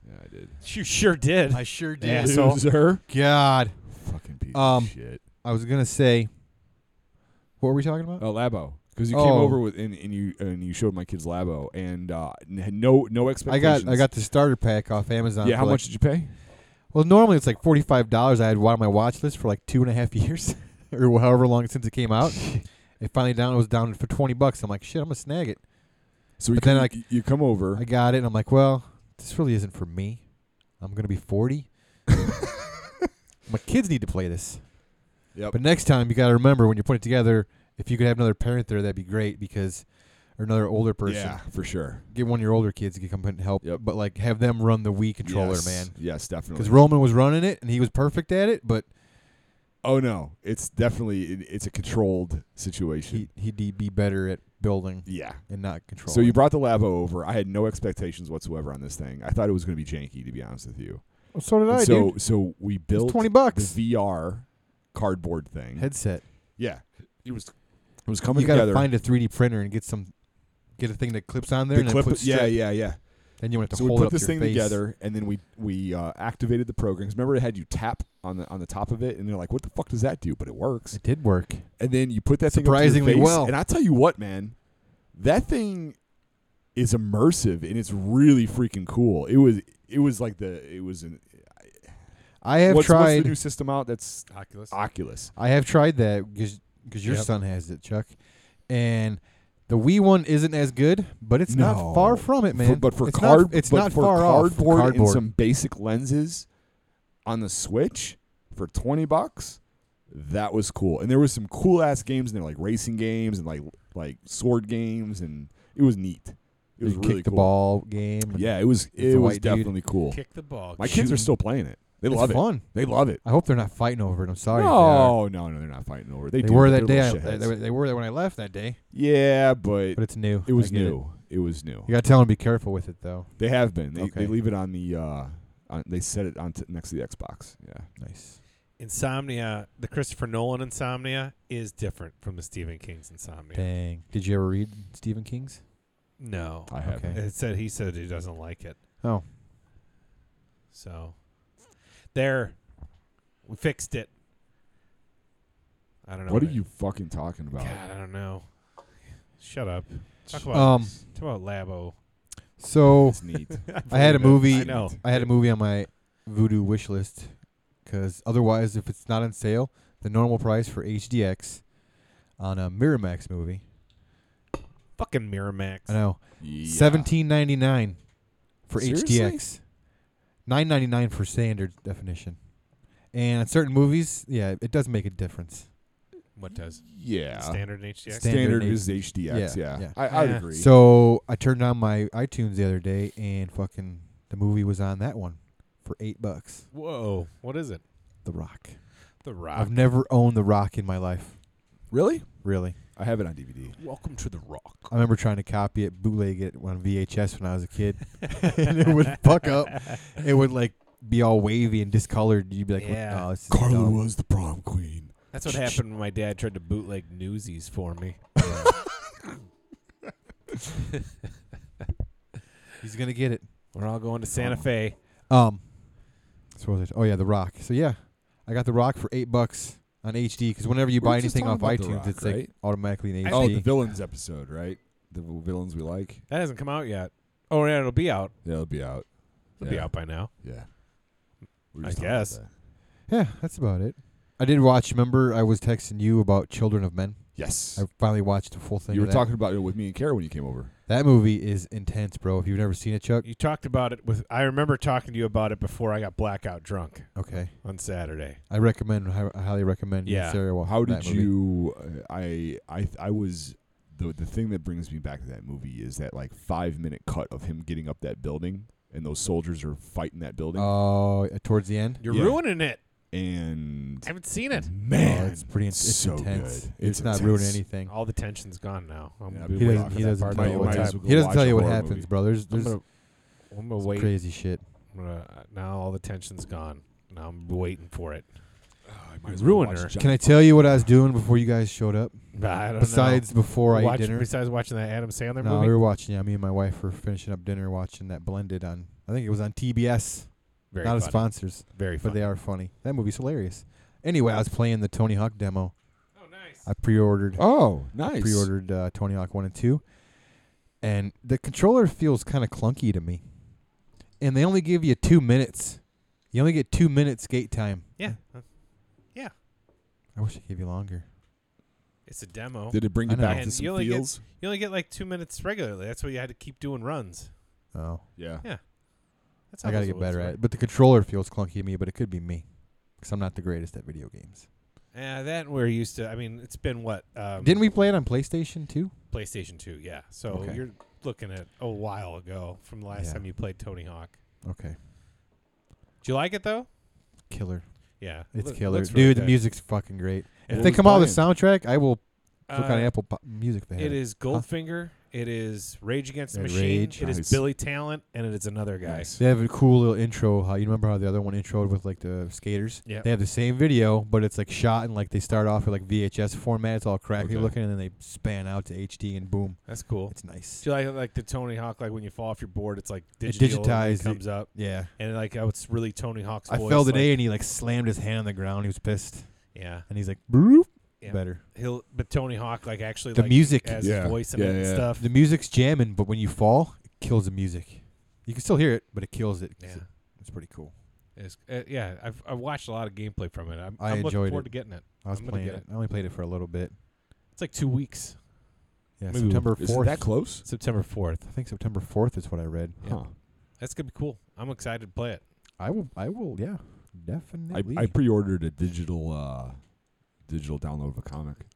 Speaker 2: Yeah, I did.
Speaker 1: You sure did.
Speaker 3: I sure
Speaker 1: did. Asshole.
Speaker 2: Loser.
Speaker 3: God,
Speaker 2: Fucking piece
Speaker 3: Um,
Speaker 2: of shit.
Speaker 3: I was gonna say. What were we talking about?
Speaker 2: Oh, Labo. Because you came
Speaker 3: Oh.
Speaker 2: over with and, and you and you showed my kids Labo and uh, n- had no no
Speaker 3: I
Speaker 2: Oh, expectations.
Speaker 3: got I got the starter pack off Amazon.
Speaker 2: Yeah,
Speaker 3: for
Speaker 2: how
Speaker 3: like-
Speaker 2: much did you pay?
Speaker 3: Well, normally it's like forty five dollars. I had one on my watch list for like two and a half years, or however long since it came out. it finally down. It was down for twenty bucks. I'm like, shit, I'm gonna snag it.
Speaker 2: So we
Speaker 3: But then,
Speaker 2: come-
Speaker 3: like,
Speaker 2: y- you come over.
Speaker 3: I got it. and I'm like, well, this really isn't for me. I'm gonna be forty. my kids need to play this.
Speaker 2: Yep.
Speaker 3: But next time, you got to remember when you put it together, if you could have another parent there, that'd be great because, or another older person.
Speaker 2: Yeah, for sure.
Speaker 3: Get one of your older kids to come and help.
Speaker 2: Yep.
Speaker 3: But like have them run the Wii controller,
Speaker 2: Yes.
Speaker 3: man.
Speaker 2: Yes, definitely.
Speaker 3: Because Roman was running it and he was perfect at it, but
Speaker 2: oh no, it's definitely it, it's a controlled situation.
Speaker 3: he he'd be better at building
Speaker 2: yeah.
Speaker 3: and not controlling.
Speaker 2: So you brought the Labo over. I had no expectations whatsoever on this thing. I thought it was going to be janky, to be honest with you.
Speaker 3: Well, so did
Speaker 2: And
Speaker 3: I,
Speaker 2: so
Speaker 3: dude.
Speaker 2: so we
Speaker 3: It was
Speaker 2: built
Speaker 3: twenty bucks
Speaker 2: the VR cardboard thing.
Speaker 3: headset.
Speaker 2: yeah, it was it was coming
Speaker 3: You got
Speaker 2: together.
Speaker 3: to find a three D printer and get some, get a thing that clips on there
Speaker 2: the
Speaker 3: and
Speaker 2: clip,
Speaker 3: then put
Speaker 2: yeah,
Speaker 3: strip.
Speaker 2: yeah, yeah.
Speaker 3: Then you want to
Speaker 2: So we
Speaker 3: hold it
Speaker 2: put
Speaker 3: up
Speaker 2: this
Speaker 3: to
Speaker 2: thing
Speaker 3: your face.
Speaker 2: together, and then we we uh, activated the program. 'Cause Remember, it had you tap on the on the top of it, and they're like, "What the fuck does that do?" But it works.
Speaker 3: It did work.
Speaker 2: And then you put that thing up to your
Speaker 3: Surprisingly
Speaker 2: face,
Speaker 3: well.
Speaker 2: And I tell you what, man, that thing is immersive, and it's really freaking cool. It was it was like the it was an.
Speaker 3: I have
Speaker 2: what's, what's
Speaker 3: tried.
Speaker 2: the new system out? That's
Speaker 1: Oculus.
Speaker 2: Oculus.
Speaker 3: I have tried that because your
Speaker 1: Yep.
Speaker 3: son has it, Chuck, and the Wii one isn't as good, but it's
Speaker 2: No.
Speaker 3: not far from it, man.
Speaker 2: For- but for
Speaker 3: it's
Speaker 2: card,
Speaker 3: not, it's
Speaker 2: but
Speaker 3: not
Speaker 2: for
Speaker 3: far off.
Speaker 2: cardboard, and
Speaker 3: Cardboard.
Speaker 2: some basic lenses on the Switch for twenty bucks. That was cool, and there was some cool ass games in there, like racing games and like like sword games, and it was neat. It was
Speaker 3: You
Speaker 2: really
Speaker 3: kick the
Speaker 2: cool.
Speaker 3: ball game. and
Speaker 2: Yeah, it was
Speaker 3: It's
Speaker 2: it
Speaker 3: a
Speaker 2: was
Speaker 3: white dude.
Speaker 2: definitely cool.
Speaker 1: Kick the ball.
Speaker 2: My kids are
Speaker 3: shooting.
Speaker 2: still playing it. They
Speaker 3: it's
Speaker 2: love it.
Speaker 3: fun.
Speaker 2: They love it.
Speaker 3: I hope they're not fighting over it. I'm sorry. if they are.
Speaker 2: no, no, no, they're not fighting over. it. They,
Speaker 3: They
Speaker 2: do,
Speaker 3: were
Speaker 2: but
Speaker 3: that day.
Speaker 2: they're
Speaker 3: I,
Speaker 2: little
Speaker 3: they,
Speaker 2: shitheads.
Speaker 3: they were there when I left that day.
Speaker 2: yeah, but,
Speaker 3: But it's new.
Speaker 2: it was
Speaker 3: I get
Speaker 2: new. It. was new.
Speaker 3: You got to tell them to be careful with it, though.
Speaker 2: They have been. They, they
Speaker 3: Okay.
Speaker 2: leave it on the. Uh, on, they set it on t- next to the Xbox. Yeah.
Speaker 3: Nice.
Speaker 1: Insomnia, the Christopher Nolan Insomnia is different from the Stephen King's Insomnia.
Speaker 3: Dang. Did you ever read Stephen King's?
Speaker 1: No,
Speaker 2: I have.
Speaker 3: Okay.
Speaker 1: it said he said he doesn't like it.
Speaker 3: Oh.
Speaker 1: So there, we fixed it. I don't know.
Speaker 2: What are
Speaker 1: it-
Speaker 2: you fucking talking about?
Speaker 1: God, I don't know. Shut up. Talk about
Speaker 3: Um.
Speaker 1: talk about Labo.
Speaker 3: So
Speaker 2: oh. It's neat.
Speaker 3: I had a movie.
Speaker 1: I know.
Speaker 3: I had a movie on my voodoo wish list because otherwise, if it's not on sale, the normal price for HDX on a Miramax movie,
Speaker 1: Fucking Miramax.
Speaker 3: I know,
Speaker 2: Yeah.
Speaker 3: seventeen ninety nine for
Speaker 2: Seriously?
Speaker 3: HDX, nine ninety nine for standard definition, and on certain movies, yeah, it does make a difference.
Speaker 1: What does
Speaker 2: Yeah.
Speaker 1: standard HDX?
Speaker 3: Stan-
Speaker 2: Standard
Speaker 3: Standard
Speaker 2: is HDX. Yeah.
Speaker 3: Yeah, yeah.
Speaker 2: I, I'd
Speaker 1: Yeah.
Speaker 2: agree.
Speaker 3: So I turned on my iTunes the other day, and fucking the movie was on that one for eight bucks.
Speaker 1: Whoa. What is it?
Speaker 3: The Rock.
Speaker 1: The Rock.
Speaker 3: I've never owned The Rock in my life,
Speaker 2: really,
Speaker 3: really.
Speaker 2: I have it on DVD.
Speaker 1: Welcome to the Rock.
Speaker 3: I remember trying to copy it, bootleg it on VHS when I was a kid, and it would fuck up. It would like be all wavy and discolored. You'd be like,
Speaker 1: Yeah.
Speaker 3: "Oh, this is
Speaker 2: Carla
Speaker 3: dumb."
Speaker 2: was the prom queen.
Speaker 1: That's what happened when my dad tried to bootleg Newsies for me.
Speaker 3: He's gonna get it."
Speaker 1: We're all going to Santa
Speaker 2: Oh.
Speaker 1: Fe.
Speaker 3: Um, so what was it? Oh yeah, The Rock. So yeah, I got The Rock for eight bucks on HD because whenever you
Speaker 2: We were
Speaker 3: buy
Speaker 2: just
Speaker 3: anything off
Speaker 2: talking about The
Speaker 3: iTunes,
Speaker 2: Rock,
Speaker 3: it's like
Speaker 2: right?
Speaker 3: automatically an
Speaker 1: I
Speaker 3: HD.
Speaker 2: Oh, the villains episode, right? The v- villains we like.
Speaker 1: That hasn't come out yet. Oh yeah, it'll be out.
Speaker 2: Yeah, it'll be out.
Speaker 1: It'll be
Speaker 2: Yeah.
Speaker 1: out by now.
Speaker 2: Yeah. We were
Speaker 1: I
Speaker 2: just talking about
Speaker 1: guess.
Speaker 2: that.
Speaker 3: yeah, that's about it. I did watch. Remember, I was texting you about Children of Men.
Speaker 2: Yes.
Speaker 3: I finally watched the full thing.
Speaker 2: you
Speaker 3: of
Speaker 2: were
Speaker 3: that.
Speaker 2: talking about it with me and Kara when you came over.
Speaker 3: That movie is intense, bro. If you've never seen it, Chuck.
Speaker 1: You talked about it with. I remember talking to you about it before I got blackout drunk
Speaker 3: Okay.
Speaker 1: on Saturday.
Speaker 3: I recommend. hi- I highly recommend. you and
Speaker 1: Yeah.
Speaker 3: Sarah watch
Speaker 2: How
Speaker 3: that
Speaker 2: did
Speaker 3: movie.
Speaker 2: you? Uh, I I I was the the thing that brings me back to that movie is that like five minute cut of him getting up that building and those soldiers are fighting that building
Speaker 3: Oh, uh, towards the end.
Speaker 1: You're
Speaker 2: Yeah.
Speaker 1: ruining it.
Speaker 2: and
Speaker 1: I haven't seen it.
Speaker 2: man,
Speaker 3: oh, it's pretty. in- It's
Speaker 2: so
Speaker 3: intense.
Speaker 2: good.
Speaker 3: It's,
Speaker 2: It's
Speaker 3: not
Speaker 2: intense.
Speaker 3: ruining anything.
Speaker 1: All the tension's gone now. I'm
Speaker 2: Yeah,
Speaker 1: gonna
Speaker 2: I've
Speaker 1: be
Speaker 3: He
Speaker 2: been
Speaker 1: waiting
Speaker 3: doesn't.
Speaker 2: off
Speaker 1: for
Speaker 3: He
Speaker 1: that
Speaker 3: doesn't
Speaker 1: part the
Speaker 3: tell
Speaker 2: might-
Speaker 3: you
Speaker 1: whole
Speaker 3: what
Speaker 2: might as
Speaker 1: time.
Speaker 3: hap-
Speaker 2: well go
Speaker 3: He doesn't tell
Speaker 2: watch
Speaker 3: you
Speaker 2: a
Speaker 3: what
Speaker 2: horror
Speaker 3: happens,
Speaker 2: movie.
Speaker 3: bro. There's
Speaker 1: I'm
Speaker 3: there's
Speaker 1: gonna, I'm gonna
Speaker 3: some
Speaker 1: wait.
Speaker 3: crazy shit.
Speaker 1: Uh, now all the tension's gone. Now I'm waiting for it.
Speaker 2: Oh, I might as
Speaker 1: Ruiner.
Speaker 2: watch John-
Speaker 3: Can I tell you what I was doing before you guys showed up?
Speaker 1: But I don't
Speaker 3: Besides,
Speaker 1: know.
Speaker 3: before I
Speaker 1: Watch-
Speaker 3: ate dinner.
Speaker 1: Besides watching that Adam Sandler
Speaker 3: No,
Speaker 1: movie.
Speaker 3: we were watching. Yeah, me and my wife were finishing up dinner, watching that blended on. I think it was on TBS.
Speaker 1: Very
Speaker 3: not as
Speaker 1: funny.
Speaker 3: sponsors,
Speaker 1: Very
Speaker 3: but
Speaker 1: funny.
Speaker 3: they are funny. That movie's hilarious. Anyway, I was playing the Tony Hawk demo.
Speaker 1: Oh, nice.
Speaker 3: I pre-ordered.
Speaker 2: Oh, nice.
Speaker 3: pre-ordered uh, Tony Hawk One and Two, and the controller feels kind of clunky to me. And they only give you two minutes. You only get two minutes skate time.
Speaker 1: yeah,
Speaker 3: I wish they gave you longer.
Speaker 1: it's a demo.
Speaker 2: Did it bring
Speaker 3: I
Speaker 2: you
Speaker 3: know.
Speaker 2: back to
Speaker 1: And
Speaker 2: some
Speaker 1: you only get-
Speaker 2: feels?
Speaker 1: You only get like two minutes regularly. That's why you had to keep doing runs.
Speaker 3: Oh,
Speaker 2: Yeah.
Speaker 1: That's how
Speaker 3: I gotta
Speaker 1: those
Speaker 3: get
Speaker 1: ones
Speaker 3: better
Speaker 1: work.
Speaker 3: at it. But the controller feels clunky to me. But it could be me, because I'm not the greatest at video games.
Speaker 1: Yeah, that we're used to. I mean, it's been what um,
Speaker 3: Didn't we play it on PlayStation 2?
Speaker 1: PlayStation Two. Yeah, so
Speaker 3: Okay.
Speaker 1: you're looking at a while ago from the last
Speaker 3: Yeah.
Speaker 1: time you played Tony Hawk.
Speaker 3: Okay.
Speaker 1: Do you like it though?
Speaker 3: Killer.
Speaker 1: Yeah,
Speaker 3: It's
Speaker 1: loo-
Speaker 3: killer.
Speaker 1: looks
Speaker 3: Dude,
Speaker 1: really
Speaker 3: the
Speaker 1: good.
Speaker 3: music's fucking great.
Speaker 1: Yeah.
Speaker 3: If they
Speaker 2: Who's
Speaker 3: come out with a
Speaker 2: playing?
Speaker 3: soundtrack, I will look on
Speaker 1: Uh,
Speaker 3: Apple Po- Music if they have
Speaker 1: It is Goldfinger. It is Rage Against the
Speaker 3: Yeah,
Speaker 1: Machine.
Speaker 3: Rage.
Speaker 1: It is
Speaker 2: Nice.
Speaker 1: Billy Talent, and it is another guy.
Speaker 2: Nice.
Speaker 3: They have a cool little intro. How you remember how the other one introed with like the skaters?
Speaker 1: Yep.
Speaker 3: They have the same video, but it's like shot and like they start off with like VHS format. It's all crappy
Speaker 2: Okay.
Speaker 3: looking, and then they span out to HD and boom,
Speaker 1: That's cool.
Speaker 3: it's nice.
Speaker 1: Do you like like the Tony Hawk? Like when you fall off your board, it's like
Speaker 3: It
Speaker 1: digital and
Speaker 3: digitized
Speaker 1: it
Speaker 3: it.
Speaker 1: comes up,
Speaker 3: Yeah,
Speaker 1: and like oh, it's really Tony Hawk's
Speaker 3: I
Speaker 1: voice.
Speaker 3: fell
Speaker 1: like-
Speaker 3: today, and he like slammed his hand on the ground. He was pissed,
Speaker 1: yeah,
Speaker 3: and he's like, "Bloop,
Speaker 1: Yeah.
Speaker 3: better."
Speaker 1: he'll but Tony Hawk like actually
Speaker 3: The
Speaker 1: like,
Speaker 3: music,
Speaker 1: has
Speaker 2: Yeah.
Speaker 1: his voice in
Speaker 2: Yeah,
Speaker 1: it and
Speaker 2: yeah.
Speaker 1: stuff.
Speaker 3: the music's jamming, but when you fall, it kills the music. You can still hear it, but it kills it. 'cause
Speaker 1: yeah.
Speaker 3: it- it's pretty cool.
Speaker 1: It's, uh, yeah, I've I've watched a lot of gameplay from it. I'm,
Speaker 3: I
Speaker 1: am looking
Speaker 3: enjoyed
Speaker 1: forward to
Speaker 3: it.
Speaker 1: getting it.
Speaker 3: I was
Speaker 1: I'm gonna
Speaker 3: playing
Speaker 1: get
Speaker 3: it. I only played it for a little bit.
Speaker 1: It's like two weeks,
Speaker 3: Yeah,
Speaker 1: Maybe
Speaker 3: September
Speaker 2: Is it
Speaker 3: fourth.
Speaker 2: that close?
Speaker 1: September fourth.
Speaker 3: I think September fourth is what I read.
Speaker 1: Yeah.
Speaker 2: Huh.
Speaker 1: That's gonna be cool. I'm excited to play it.
Speaker 3: I will. I will. Yeah,
Speaker 2: I,
Speaker 3: definitely.
Speaker 2: I pre-ordered a digital uh, digital download of a comic.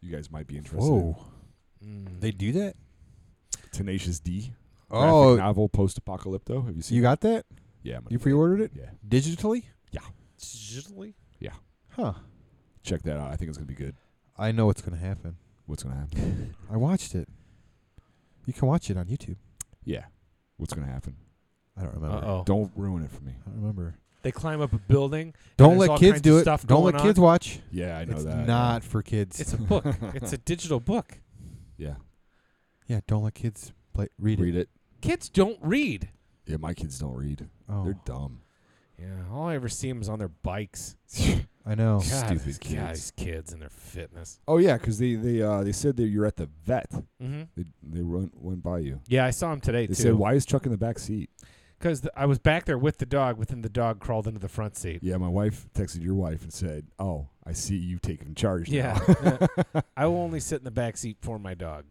Speaker 2: You guys might be interested.
Speaker 3: Whoa,
Speaker 1: Mm.
Speaker 3: they do that.
Speaker 2: Tenacious D. graphic
Speaker 3: Oh,
Speaker 2: novel post apocalypto. Have you seen?
Speaker 3: you
Speaker 2: it?
Speaker 3: got that?
Speaker 2: yeah, I'm gonna
Speaker 3: You
Speaker 2: play
Speaker 3: pre-ordered it
Speaker 2: Yeah,
Speaker 3: digitally?
Speaker 1: digitally.
Speaker 3: Huh.
Speaker 2: check that out. I think it's gonna be good.
Speaker 3: I know what's gonna happen.
Speaker 2: What's gonna happen?
Speaker 3: I watched it. You can watch it on YouTube.
Speaker 2: Yeah, what's gonna happen?
Speaker 3: I don't
Speaker 1: Uh
Speaker 3: remember.
Speaker 1: oh.
Speaker 2: Don't ruin it for me.
Speaker 3: I don't remember.
Speaker 1: They climb up a building.
Speaker 3: Don't
Speaker 1: there's all
Speaker 3: let kids
Speaker 1: kinds
Speaker 3: do
Speaker 1: of
Speaker 3: it.
Speaker 1: stuff
Speaker 3: don't let
Speaker 1: going
Speaker 3: kids watch.
Speaker 2: Yeah, I know
Speaker 3: it's
Speaker 2: that. yeah.
Speaker 3: not for kids.
Speaker 1: It's a book. it's a digital book.
Speaker 2: Yeah,
Speaker 3: yeah, don't let kids play read,
Speaker 2: read
Speaker 3: it.
Speaker 2: it.
Speaker 1: Kids don't read.
Speaker 2: Yeah, my kids don't read.
Speaker 3: Oh,
Speaker 2: They're dumb.
Speaker 1: Yeah, all I ever see them is on their bikes.
Speaker 3: I know.
Speaker 1: God,
Speaker 2: Stupid
Speaker 1: these God,
Speaker 2: kids.
Speaker 1: these kids and their fitness.
Speaker 2: Oh yeah, because they they uh, they said that you're at the vet.
Speaker 1: Mm-hmm.
Speaker 2: They they run, went by you.
Speaker 1: Yeah, I saw him today
Speaker 2: They
Speaker 1: too.
Speaker 2: said, "Why is Chuck in the back seat?"
Speaker 1: Because I was back there with the dog, but then the dog crawled into the front seat.
Speaker 2: Yeah, my wife texted your wife and said, "Oh, I see you taking charge."
Speaker 1: Yeah,
Speaker 2: now."
Speaker 1: uh, I will only sit in the back seat for my dog.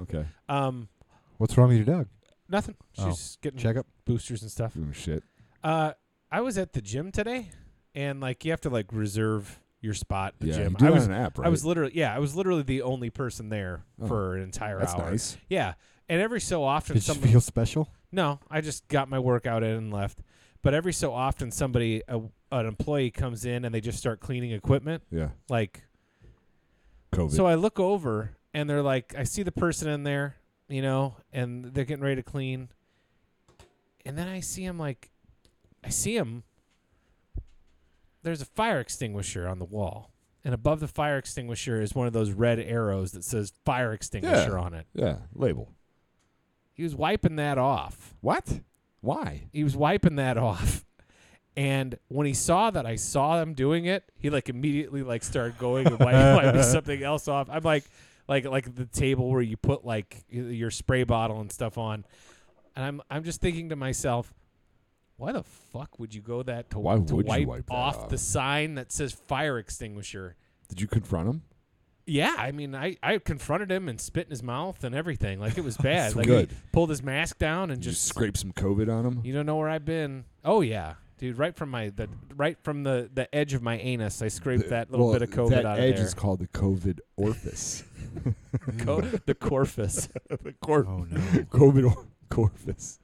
Speaker 2: okay.
Speaker 1: Um,
Speaker 3: What's wrong with your dog?
Speaker 1: nothing. She's
Speaker 3: Oh.
Speaker 1: getting
Speaker 3: Check up.
Speaker 1: boosters and stuff.
Speaker 2: Doing shit.
Speaker 1: Uh, I was at the gym today, and like you have to like reserve your spot at the
Speaker 2: yeah,
Speaker 1: gym.
Speaker 2: you do
Speaker 1: I
Speaker 2: it
Speaker 1: was
Speaker 2: on an app, right?
Speaker 1: I was literally yeah, I was literally the only person there
Speaker 2: Oh,
Speaker 1: for an entire
Speaker 2: That's
Speaker 1: hour.
Speaker 2: nice.
Speaker 1: Yeah, and every so often,
Speaker 3: Did you
Speaker 1: somebody
Speaker 3: feel special?
Speaker 1: No, I just got my workout in and left. But every so often, somebody, a, an employee comes in and they just start cleaning equipment.
Speaker 2: Yeah,
Speaker 1: Like,
Speaker 2: COVID.
Speaker 1: so I look over and they're like, I see the person in there, you know, and they're getting ready to clean. And then I see him, like, I see him. There's a fire extinguisher on the wall. And above the fire extinguisher is one of those red arrows that says fire extinguisher on it.
Speaker 2: yeah, label.
Speaker 1: He was wiping that off.
Speaker 2: What? Why?
Speaker 1: he was wiping that off. And when he saw that I saw him doing it, he like immediately like started going and wiping, wiping something else off. I'm like, like like the table where you put like y- your spray bottle and stuff on, and I'm I'm just thinking to myself, why the fuck would you go that to,
Speaker 2: Why
Speaker 1: to
Speaker 2: would you
Speaker 1: wipe,
Speaker 2: wipe that
Speaker 1: off,
Speaker 2: off?
Speaker 1: the sign that says fire extinguisher?
Speaker 2: Did you confront him?
Speaker 1: Yeah, I mean, I, I confronted him and spit in his mouth and everything. Like it was bad. like
Speaker 2: Good.
Speaker 1: he pulled his mask down and
Speaker 2: Did you
Speaker 1: just
Speaker 2: scrape some COVID on him?
Speaker 1: you don't know where I've been. Oh yeah, dude, right from my the right from the the edge of my anus, I scraped that little
Speaker 2: Well,
Speaker 1: bit of COVID
Speaker 2: that
Speaker 1: out
Speaker 2: edge
Speaker 1: of there.
Speaker 2: is called the COVID orifice.
Speaker 1: Co- the corpus.
Speaker 2: the cor-
Speaker 3: Oh no.
Speaker 2: COVID or- corpus.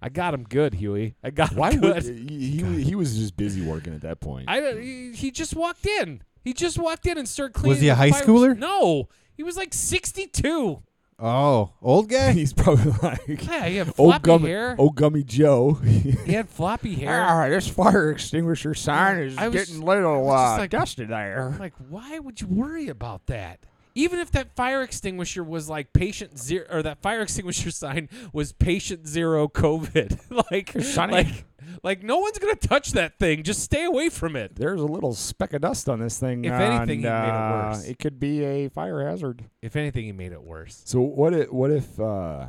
Speaker 1: I got him good, Huey. I got him
Speaker 2: Why
Speaker 1: good.
Speaker 2: would he, he? he was just busy working at that point.
Speaker 1: I don't- he he just walked in. He just walked in and started cleaning.
Speaker 3: Was he a
Speaker 1: the
Speaker 3: high
Speaker 1: fire-
Speaker 3: schooler?
Speaker 1: No, he was like sixty-two.
Speaker 3: Oh, old guy.
Speaker 2: He's probably like
Speaker 1: Yeah, he had
Speaker 2: old oh.
Speaker 1: floppy
Speaker 2: gummy,
Speaker 1: hair.
Speaker 2: old gummy Joe.
Speaker 1: He had floppy hair.
Speaker 2: this fire extinguisher sign is
Speaker 1: I was- getting
Speaker 2: little
Speaker 1: was just uh, like-
Speaker 2: dusty there.
Speaker 1: I'm like, why would you worry about that? Even if that fire extinguisher was like patient zero, or that fire extinguisher sign was patient zero COVID, like,
Speaker 2: Sonny.
Speaker 1: like, like no one's gonna touch that thing. Just stay away from it.
Speaker 2: There's a little speck of dust on this thing. uh,
Speaker 1: If anything, he made it worse.
Speaker 2: could be a fire hazard.
Speaker 1: If anything, he made it worse.
Speaker 2: So what? If, what if? Uh,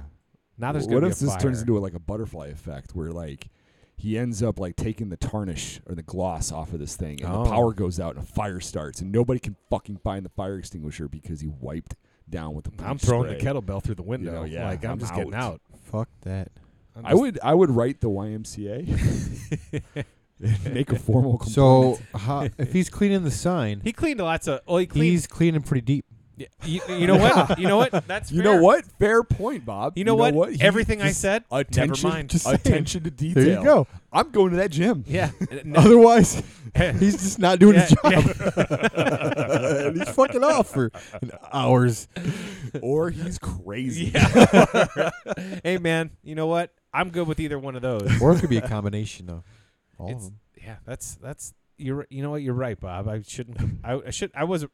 Speaker 1: Now there's gonna
Speaker 2: what
Speaker 1: be
Speaker 2: if
Speaker 1: a
Speaker 2: this
Speaker 1: fire.
Speaker 2: turns into a, like a butterfly effect, where like he ends up like taking the tarnish or the gloss off of this thing, and
Speaker 1: Oh.
Speaker 2: the power goes out, and a fire starts, and nobody can fucking find the fire extinguisher because he wiped down with the.
Speaker 1: I'm
Speaker 2: bleach
Speaker 1: throwing
Speaker 2: spray.
Speaker 1: the kettlebell through the window.
Speaker 2: yeah,
Speaker 1: like I'm,
Speaker 2: I'm
Speaker 1: just getting out.
Speaker 2: out.
Speaker 3: Fuck that.
Speaker 1: I'm
Speaker 2: I
Speaker 1: just-
Speaker 2: would I would write the YMCA Make a formal complaint.
Speaker 3: So how, if he's cleaning the sign,
Speaker 1: He cleaned lots of. Oh, he cleaned.
Speaker 3: he's cleaning pretty deep.
Speaker 1: Yeah, you, you know what? You know what? That's
Speaker 2: you
Speaker 1: fair.
Speaker 2: know what? Fair point, Bob.
Speaker 1: You know, what?
Speaker 2: He
Speaker 1: Everything I
Speaker 2: just-
Speaker 1: said.
Speaker 2: Attention,
Speaker 1: Never mind.
Speaker 3: just saying.
Speaker 2: attention to detail.
Speaker 3: There you go.
Speaker 2: I'm going to that gym.
Speaker 1: yeah.
Speaker 3: Otherwise,
Speaker 1: No.
Speaker 3: he's just not doing his
Speaker 1: Yeah,
Speaker 3: job. And he's fucking off for hours.
Speaker 2: or he's crazy.
Speaker 1: Yeah. hey man, you know what? I'm good with either one of those.
Speaker 3: Or it could be a combination of all
Speaker 1: It's-
Speaker 3: of them.
Speaker 1: Yeah, that's that's you're r- you know what you're right, Bob. I shouldn't. I, I should. I was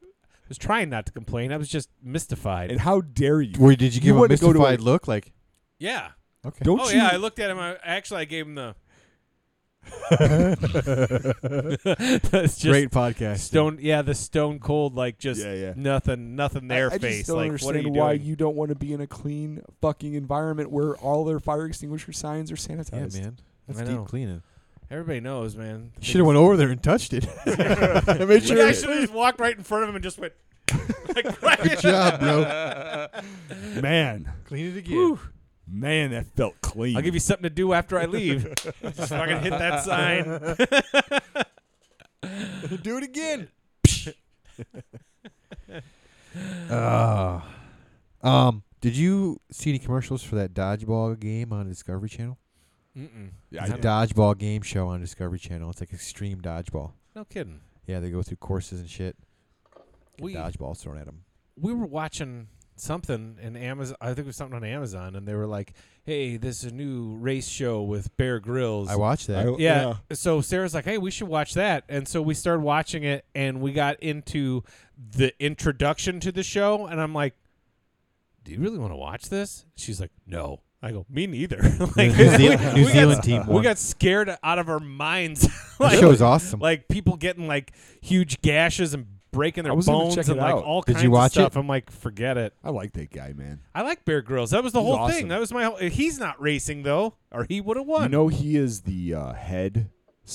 Speaker 1: was trying not to complain. I was just mystified.
Speaker 2: And how dare you?
Speaker 3: Where did you give him a
Speaker 2: wouldn't go to a-
Speaker 3: mystified look? Like,
Speaker 1: yeah.
Speaker 3: okay,
Speaker 2: Don't
Speaker 1: oh
Speaker 2: you?
Speaker 1: yeah. I looked at him. I, actually, I gave him the. that's just
Speaker 3: great podcast.
Speaker 1: stone. Yeah, the stone cold like just
Speaker 2: yeah, yeah.
Speaker 1: nothing, nothing
Speaker 2: I-
Speaker 1: there
Speaker 2: I,
Speaker 1: face.
Speaker 2: just don't
Speaker 1: like what
Speaker 2: understand
Speaker 1: are you
Speaker 2: why
Speaker 1: doing?
Speaker 2: you don't want to be in a clean fucking environment where all their fire extinguisher signs are
Speaker 3: Yeah,
Speaker 2: sanitized.
Speaker 3: man. That's
Speaker 1: I know.
Speaker 3: deep cleaning.
Speaker 1: Everybody knows, man.
Speaker 3: Should have went over there and touched it. Made
Speaker 1: You
Speaker 3: sure.
Speaker 1: guys should have just walked right in front of him and just went. like, right
Speaker 3: Good job, bro.
Speaker 2: man. Man,
Speaker 3: Clean it again.
Speaker 2: that felt clean.
Speaker 1: I'll give you something to do after I leave. Just fucking hit that sign.
Speaker 3: Do it again. uh, um, did you see any commercials for that dodgeball game on Discovery Channel?
Speaker 1: Mm-mm.
Speaker 2: Yeah, I
Speaker 3: It's a
Speaker 2: did.
Speaker 3: dodgeball game show on Discovery Channel. It's like extreme dodgeball.
Speaker 1: No kidding.
Speaker 3: Yeah, they go through courses and shit. Get
Speaker 1: We
Speaker 3: dodgeballs thrown at them.
Speaker 1: we were watching something in Amazon. I think it was something on Amazon, and they were like, "Hey, this is a new race show with Bear Grylls."
Speaker 3: I watched that.
Speaker 2: I-
Speaker 1: yeah. So Sarah's like, "Hey, we should watch that," and so we started watching it, and we got into the introduction to the show, and I'm like, "Do you really want to watch this?" She's like, "No." I go, "Me neither." like,
Speaker 3: New Zealand, New
Speaker 1: we
Speaker 3: Zealand
Speaker 1: got,
Speaker 3: team
Speaker 1: we
Speaker 2: Uh-huh.
Speaker 3: won.
Speaker 1: got scared out of our minds.
Speaker 3: that
Speaker 1: like,
Speaker 3: show is awesome.
Speaker 1: like people getting like huge gashes and breaking their
Speaker 2: I was gonna
Speaker 1: bones
Speaker 2: check
Speaker 1: and
Speaker 2: it
Speaker 1: like
Speaker 2: out.
Speaker 1: all
Speaker 3: Did
Speaker 1: kinds
Speaker 3: you watch
Speaker 1: of stuff.
Speaker 3: it?
Speaker 1: I'm like, forget it.
Speaker 2: I like that guy, man.
Speaker 1: I like Bear Grylls. That was the
Speaker 2: He's
Speaker 1: whole
Speaker 2: awesome.
Speaker 1: thing. That was my whole. He's not racing though, or he would have won.
Speaker 2: You know, he is the uh, head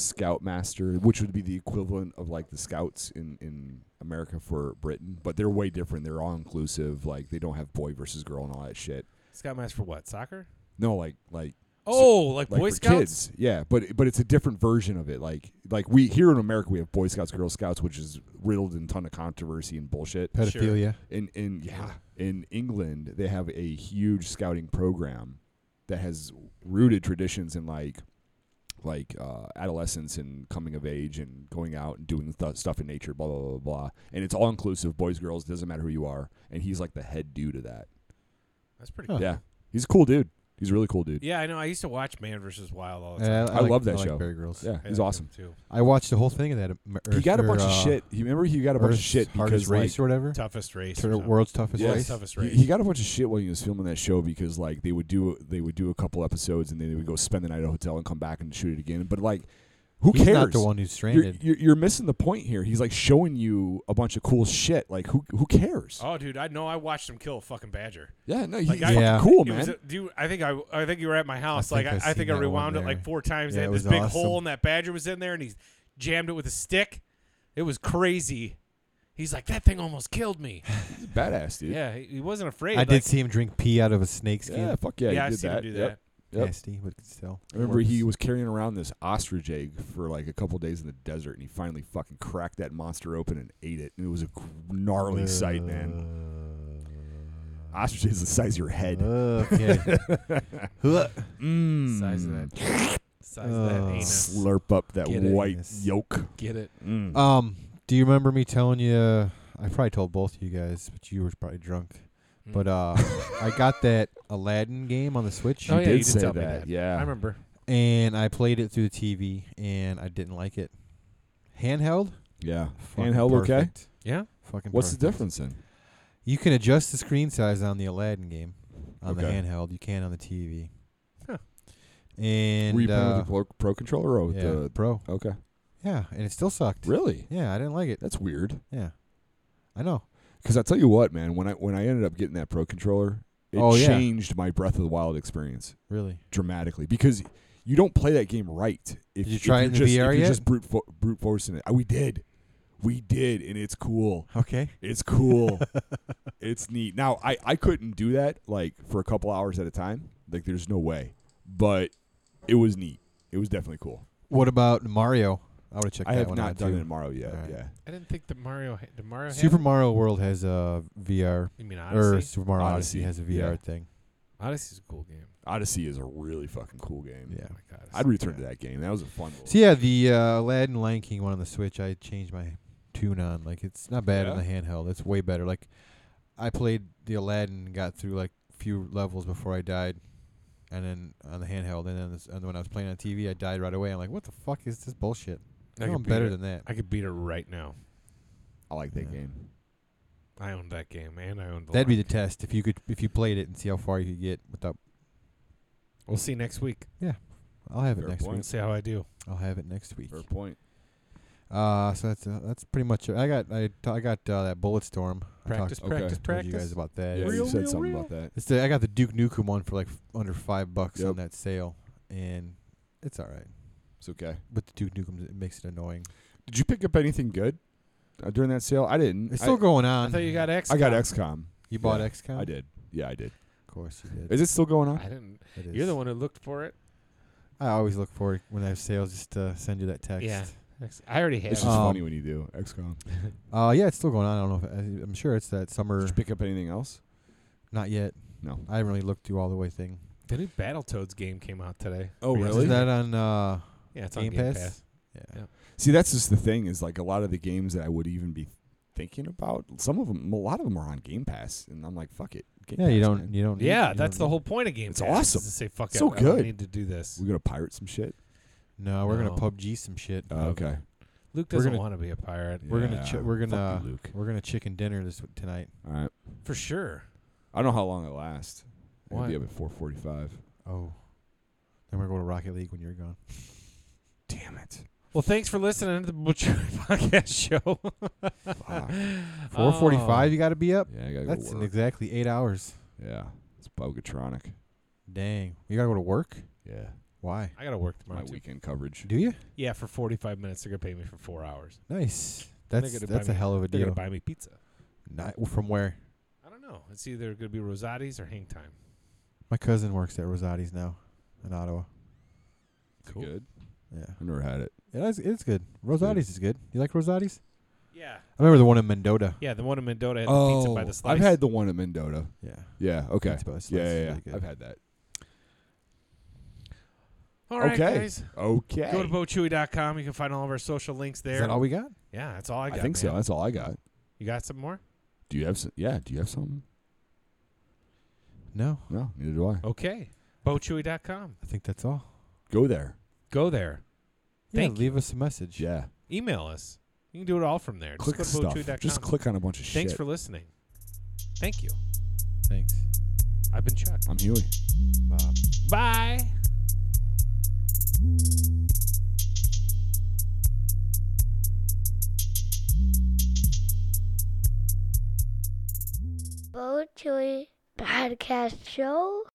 Speaker 2: scoutmaster, which would be the equivalent of like the scouts in in America for Britain, but they're way different. They're all inclusive. Like they don't have boy versus girl and all that shit.
Speaker 1: Scout Master for what? Soccer?
Speaker 2: No, like like
Speaker 1: Oh, like,
Speaker 2: like
Speaker 1: Boy
Speaker 2: for
Speaker 1: Scouts.
Speaker 2: kids. Yeah, but but it's a different version of it. Like like we here in America we have Boy Scouts, Girl Scouts, which is riddled in ton of controversy and bullshit.
Speaker 3: Pedophilia.
Speaker 2: In in yeah, in England they have a huge scouting program that has rooted traditions in like like uh, adolescence and coming of age and going out and doing th- stuff in nature, blah blah blah blah. And it's all inclusive, boys, girls, doesn't matter who you are. And he's like the head dude of that.
Speaker 1: That's pretty.
Speaker 3: Huh.
Speaker 1: cool.
Speaker 2: Yeah, he's a cool dude. He's a really cool dude.
Speaker 1: Yeah, I know. I used to watch Man versus Wild all the time.
Speaker 3: Yeah,
Speaker 2: I
Speaker 3: like-
Speaker 2: love that
Speaker 3: I like
Speaker 2: show.
Speaker 3: Bear Grylls.
Speaker 2: Yeah,
Speaker 1: I
Speaker 2: he's
Speaker 1: liked him,
Speaker 2: awesome.
Speaker 1: too.
Speaker 3: I watched the whole thing of that. um,
Speaker 2: He got a
Speaker 3: Earth-
Speaker 2: bunch of
Speaker 3: uh,
Speaker 2: shit. He remember he got a bunch of
Speaker 3: Earth's
Speaker 2: shit because
Speaker 3: hardest
Speaker 2: like
Speaker 3: race or whatever.
Speaker 1: Toughest race.
Speaker 3: Tur-
Speaker 1: or something.
Speaker 3: world's toughest
Speaker 2: Yeah.
Speaker 1: World's
Speaker 3: race.
Speaker 1: toughest
Speaker 2: he,
Speaker 1: race.
Speaker 2: he got a bunch of shit when he was filming that show because like they would do they would do a couple episodes and then they would go spend the night at a hotel and come back and shoot it again. But like, who
Speaker 3: He's
Speaker 2: cares?
Speaker 3: not the one who's
Speaker 2: you're,
Speaker 3: stranded.
Speaker 2: you're, you're missing the point here. He's like showing you a bunch of cool shit. Like who who cares?
Speaker 1: oh, dude, I know. I watched him kill a fucking badger.
Speaker 2: yeah, no, he's
Speaker 1: Like, I-
Speaker 2: fucking
Speaker 3: Yeah.
Speaker 2: cool,
Speaker 1: It was
Speaker 2: man.
Speaker 1: a- dude, I think I, I think you were at my house.
Speaker 3: think
Speaker 1: like I,
Speaker 3: I've
Speaker 1: I think I
Speaker 3: seen that one
Speaker 1: rewound it
Speaker 3: there.
Speaker 1: like four times.
Speaker 3: Yeah,
Speaker 1: they
Speaker 3: it
Speaker 1: had this
Speaker 3: was
Speaker 1: big
Speaker 3: awesome.
Speaker 1: hole, and that badger was in there, and he jammed it with a stick. It was crazy. He's like, that thing almost killed me.
Speaker 2: He's badass, dude.
Speaker 1: yeah, he, he wasn't afraid.
Speaker 3: I
Speaker 1: like,
Speaker 3: did see him drink pee out of a snake
Speaker 2: Yeah,
Speaker 3: skin.
Speaker 2: fuck yeah,
Speaker 1: Yeah,
Speaker 2: he
Speaker 1: I've
Speaker 2: did
Speaker 1: seen
Speaker 2: that.
Speaker 1: him do
Speaker 2: Yep.
Speaker 1: that.
Speaker 2: Yep.
Speaker 3: Nasty, but still.
Speaker 2: I remember he
Speaker 3: works.
Speaker 2: was carrying around this ostrich egg for like a couple days in the desert, and he finally fucking cracked that monster open and ate it. And it was a gr- gnarly sight, man.
Speaker 3: Uh,
Speaker 2: Ostrich is the size of your head.
Speaker 3: Okay. Huh.
Speaker 2: Mm.
Speaker 1: Size of that. Size of
Speaker 3: Oh.
Speaker 1: that anus.
Speaker 2: Slurp up that
Speaker 1: Get it.
Speaker 2: white
Speaker 3: Yes.
Speaker 2: yolk.
Speaker 1: Get it.
Speaker 2: Mm.
Speaker 3: um, do you remember me telling you? uh, I probably told both of you guys, but you were probably drunk.
Speaker 1: Mm.
Speaker 3: But uh, I got that Aladdin game on the Switch,
Speaker 1: Oh, yeah,
Speaker 2: did
Speaker 1: you did
Speaker 2: say
Speaker 1: tell me
Speaker 2: that.
Speaker 1: that.
Speaker 2: Yeah.
Speaker 1: I remember.
Speaker 3: and I played it through the TV, and I didn't like it. Handheld,
Speaker 2: yeah.
Speaker 3: Fucking
Speaker 2: Handheld okay?
Speaker 3: perfect.
Speaker 1: Yeah.
Speaker 3: Fucking.
Speaker 2: What's the
Speaker 3: perfect.
Speaker 2: difference then?
Speaker 3: You can adjust the screen size on the Aladdin game on the
Speaker 2: Okay.
Speaker 3: handheld. You can on the TV.
Speaker 1: Huh.
Speaker 3: And
Speaker 2: Were you playing
Speaker 3: uh,
Speaker 2: with the pro, pro controller or with
Speaker 3: yeah,
Speaker 2: the
Speaker 3: pro.
Speaker 2: Okay.
Speaker 3: Yeah, and it still sucked.
Speaker 2: Really?
Speaker 3: Yeah, I didn't like it.
Speaker 2: That's weird.
Speaker 3: Yeah, I know.
Speaker 2: Cuz I tell you what, man, when I when I ended up getting that pro controller, it
Speaker 3: Oh, yeah.
Speaker 2: changed my Breath of the Wild experience
Speaker 3: Really,
Speaker 2: dramatically because you don't play that game right. If
Speaker 3: Did you try it
Speaker 2: if
Speaker 3: in
Speaker 2: you're
Speaker 3: the
Speaker 2: just,
Speaker 3: VR
Speaker 2: if you're
Speaker 3: yet?
Speaker 2: just brute fo- brute forcing it. Uh, We did. We did and it's cool.
Speaker 3: okay.
Speaker 2: It's cool. it's neat. Now I I couldn't do that like for a couple hours at a time. Like there's no way. But it was neat. It was definitely cool.
Speaker 3: What about Mario? I would have checked
Speaker 2: I
Speaker 3: that
Speaker 2: have
Speaker 3: one
Speaker 2: not
Speaker 3: out
Speaker 2: done
Speaker 3: too.
Speaker 2: it tomorrow yet.
Speaker 3: All right.
Speaker 2: Yeah.
Speaker 1: I didn't think that Mario. ha- Did Mario have
Speaker 3: Super
Speaker 1: it?
Speaker 3: Mario World has a VR
Speaker 1: You mean
Speaker 3: or
Speaker 1: Odyssey?
Speaker 3: Super Mario Odyssey,
Speaker 2: Odyssey,
Speaker 3: has a VR
Speaker 2: yeah.
Speaker 3: thing.
Speaker 1: Odyssey's a cool game.
Speaker 2: Odyssey is a really fucking cool game.
Speaker 3: Yeah.
Speaker 1: Oh my god.
Speaker 2: I'd return to that game. That was a fun one.
Speaker 3: So yeah, the uh, Aladdin Lion King one on the Switch, I changed my tune on. Like it's not bad on the handheld. It's way better. Like I played the Aladdin, got through like few levels before I died, and then on the handheld, and then this, and when I was playing on TV, I died right away. I'm like, what the fuck is this bullshit?
Speaker 1: I
Speaker 3: No,
Speaker 1: could
Speaker 3: I'm
Speaker 1: beat
Speaker 3: better
Speaker 1: it.
Speaker 3: than that.
Speaker 1: I could beat it right now.
Speaker 2: I like that
Speaker 3: Yeah.
Speaker 2: game.
Speaker 1: I owned that game and I owned the
Speaker 3: That'd be
Speaker 1: Lion
Speaker 3: the test if you could if you played it and see how far you could get without.
Speaker 1: King. We'll see next week.
Speaker 3: I'll have it
Speaker 2: Fair
Speaker 3: next
Speaker 2: point.
Speaker 1: We'll see how I do.
Speaker 3: week. I'll have it next week.
Speaker 2: Fair point.
Speaker 3: Uh, so that's uh, that's pretty much it. I got I t- I got uh, that bullet storm.
Speaker 1: Practice,
Speaker 2: okay.
Speaker 1: practice,
Speaker 3: I talked, told you guys
Speaker 1: practice.
Speaker 3: about that.
Speaker 2: Yeah,
Speaker 3: It's-
Speaker 1: Real,
Speaker 2: you said
Speaker 1: real,
Speaker 2: something
Speaker 1: real.
Speaker 2: about that.
Speaker 3: It's the, I got the Duke Nukem one for like f- under five bucks
Speaker 2: Yep.
Speaker 3: on that sale, and it's all right.
Speaker 2: It's okay.
Speaker 3: But the Duke Nukem it makes it annoying.
Speaker 2: Did you pick up anything good uh, during that sale? I didn't.
Speaker 3: It's still
Speaker 2: I,
Speaker 3: going
Speaker 1: I
Speaker 3: on.
Speaker 1: thought you got X.
Speaker 2: I got XCOM.
Speaker 3: You bought
Speaker 2: Yeah,
Speaker 3: XCOM.
Speaker 2: I did. Yeah, I did.
Speaker 3: Of course you did.
Speaker 2: Is it still going on?
Speaker 1: I didn't.
Speaker 3: It
Speaker 1: You're
Speaker 3: is.
Speaker 1: the one who looked for it.
Speaker 3: I always look forward when I have sales just to send you that text.
Speaker 1: Yeah. I already have.
Speaker 2: It's
Speaker 1: it.
Speaker 2: just
Speaker 3: Um,
Speaker 2: funny when you do XCOM.
Speaker 3: Uh, yeah, it's still going on. I don't know. if I, I'm sure it's that summer.
Speaker 2: Did you pick up anything else?
Speaker 3: Not yet.
Speaker 2: No.
Speaker 3: I haven't really looked through all the way thing.
Speaker 1: The new Battletoads game came out today.
Speaker 2: Oh,
Speaker 1: Or
Speaker 2: really?
Speaker 1: yesterday.
Speaker 3: Is that on uh,
Speaker 1: yeah, it's on
Speaker 3: Game, Pass? Yeah.
Speaker 1: Yeah.
Speaker 2: See, that's just the thing is like a lot of the games that I would even be thinking about. Some of them, a lot of them are on Game Pass, and I'm like, fuck it. Game
Speaker 3: Yeah, you
Speaker 2: Pass,
Speaker 3: don't.
Speaker 2: man.
Speaker 3: Oh, You don't. need-
Speaker 1: Yeah,
Speaker 3: you
Speaker 1: that's the
Speaker 3: don't
Speaker 1: whole point of Game
Speaker 2: It's
Speaker 1: Pass.
Speaker 2: awesome.
Speaker 1: is to say fuck it,
Speaker 2: So
Speaker 1: I don't
Speaker 2: good.
Speaker 1: need to do this.
Speaker 2: We're gonna pirate some shit.
Speaker 3: need- No, we're
Speaker 1: No.
Speaker 3: gonna PUBG some shit.
Speaker 2: Uh, okay.
Speaker 1: Luke
Speaker 3: We're
Speaker 1: doesn't
Speaker 3: gonna-
Speaker 1: want to be a pirate
Speaker 3: We're gonna
Speaker 2: Yeah.
Speaker 3: chi- we're
Speaker 2: Fuck you,
Speaker 3: gonna-
Speaker 2: Luke.
Speaker 3: We're gonna chicken dinner this w- tonight.
Speaker 2: All right.
Speaker 1: for sure.
Speaker 2: I don't know how long it lasts. It'll
Speaker 1: Why?
Speaker 2: be up at 4:45.
Speaker 3: Oh. Then we're going to Rocket League when you're gone.
Speaker 2: Damn it.
Speaker 1: Well, thanks for listening to the Butcher Podcast Show.
Speaker 2: Fuck.
Speaker 3: 4:45. You got to be up.
Speaker 2: Yeah, I gotta
Speaker 3: That's
Speaker 2: go
Speaker 3: in
Speaker 2: work.
Speaker 3: exactly eight hours.
Speaker 2: yeah, it's Bogatronic.
Speaker 3: Dang. You got to go to work.
Speaker 2: Yeah,
Speaker 3: Why?
Speaker 1: I gotta work
Speaker 2: my
Speaker 1: tomorrow. Too.
Speaker 2: weekend coverage.
Speaker 3: Do you?
Speaker 1: Yeah, for forty-five minutes, they're gonna pay me for four hours.
Speaker 3: Nice.
Speaker 1: They're
Speaker 3: That's
Speaker 1: gonna buy
Speaker 3: that's a
Speaker 1: me-
Speaker 3: hell of a
Speaker 1: They're
Speaker 3: deal.
Speaker 1: gonna buy me pizza.
Speaker 3: Not, well, from where?
Speaker 1: I don't know. It's either gonna be Rosati's or Hang Time.
Speaker 3: My cousin works at Rosati's now in Ottawa.
Speaker 2: Is it
Speaker 1: Cool.
Speaker 2: Good.
Speaker 3: Yeah.
Speaker 2: I never had it.
Speaker 3: It is, it's good. Rosati's is good. You like Rosati's?
Speaker 1: Yeah,
Speaker 3: I remember the one in Mendota.
Speaker 1: yeah. The one in Mendota had the pizza by the slice.
Speaker 2: Oh, I've had the one at Mendota.
Speaker 3: Yeah.
Speaker 2: Yeah. Okay.
Speaker 3: Pizza by the slice
Speaker 2: Yeah,
Speaker 3: is
Speaker 2: yeah,
Speaker 3: really
Speaker 2: yeah.
Speaker 3: good.
Speaker 2: I've had that.
Speaker 1: All right,
Speaker 2: okay.
Speaker 1: guys.
Speaker 2: Okay.
Speaker 1: Go to bochewy.com. You can find all of our social links there.
Speaker 3: Is that all we got?
Speaker 1: yeah, that's all I
Speaker 2: I,
Speaker 1: got.
Speaker 2: think so.
Speaker 1: man.
Speaker 2: That's all I got.
Speaker 1: You got some more?
Speaker 2: Do you have? Some, yeah. Do you have something?
Speaker 3: No.
Speaker 2: No. Neither do I.
Speaker 1: Okay. Bochewy.com.
Speaker 3: I think that's all.
Speaker 2: Go there.
Speaker 1: Go there.
Speaker 3: Yeah,
Speaker 1: Thank you.
Speaker 3: leave us a message.
Speaker 2: Yeah.
Speaker 1: Email us. You can do it all from there.
Speaker 2: click
Speaker 1: Just go
Speaker 2: stuff.
Speaker 1: to bochewy.com.
Speaker 2: Just click on a bunch of
Speaker 1: Thanks
Speaker 2: shit.
Speaker 1: for listening. Thank you.
Speaker 3: Thanks.
Speaker 1: I've been Chuck.
Speaker 2: I'm Huey.
Speaker 3: Bob.
Speaker 1: Bye.
Speaker 4: Bo Chewy Podcast Show.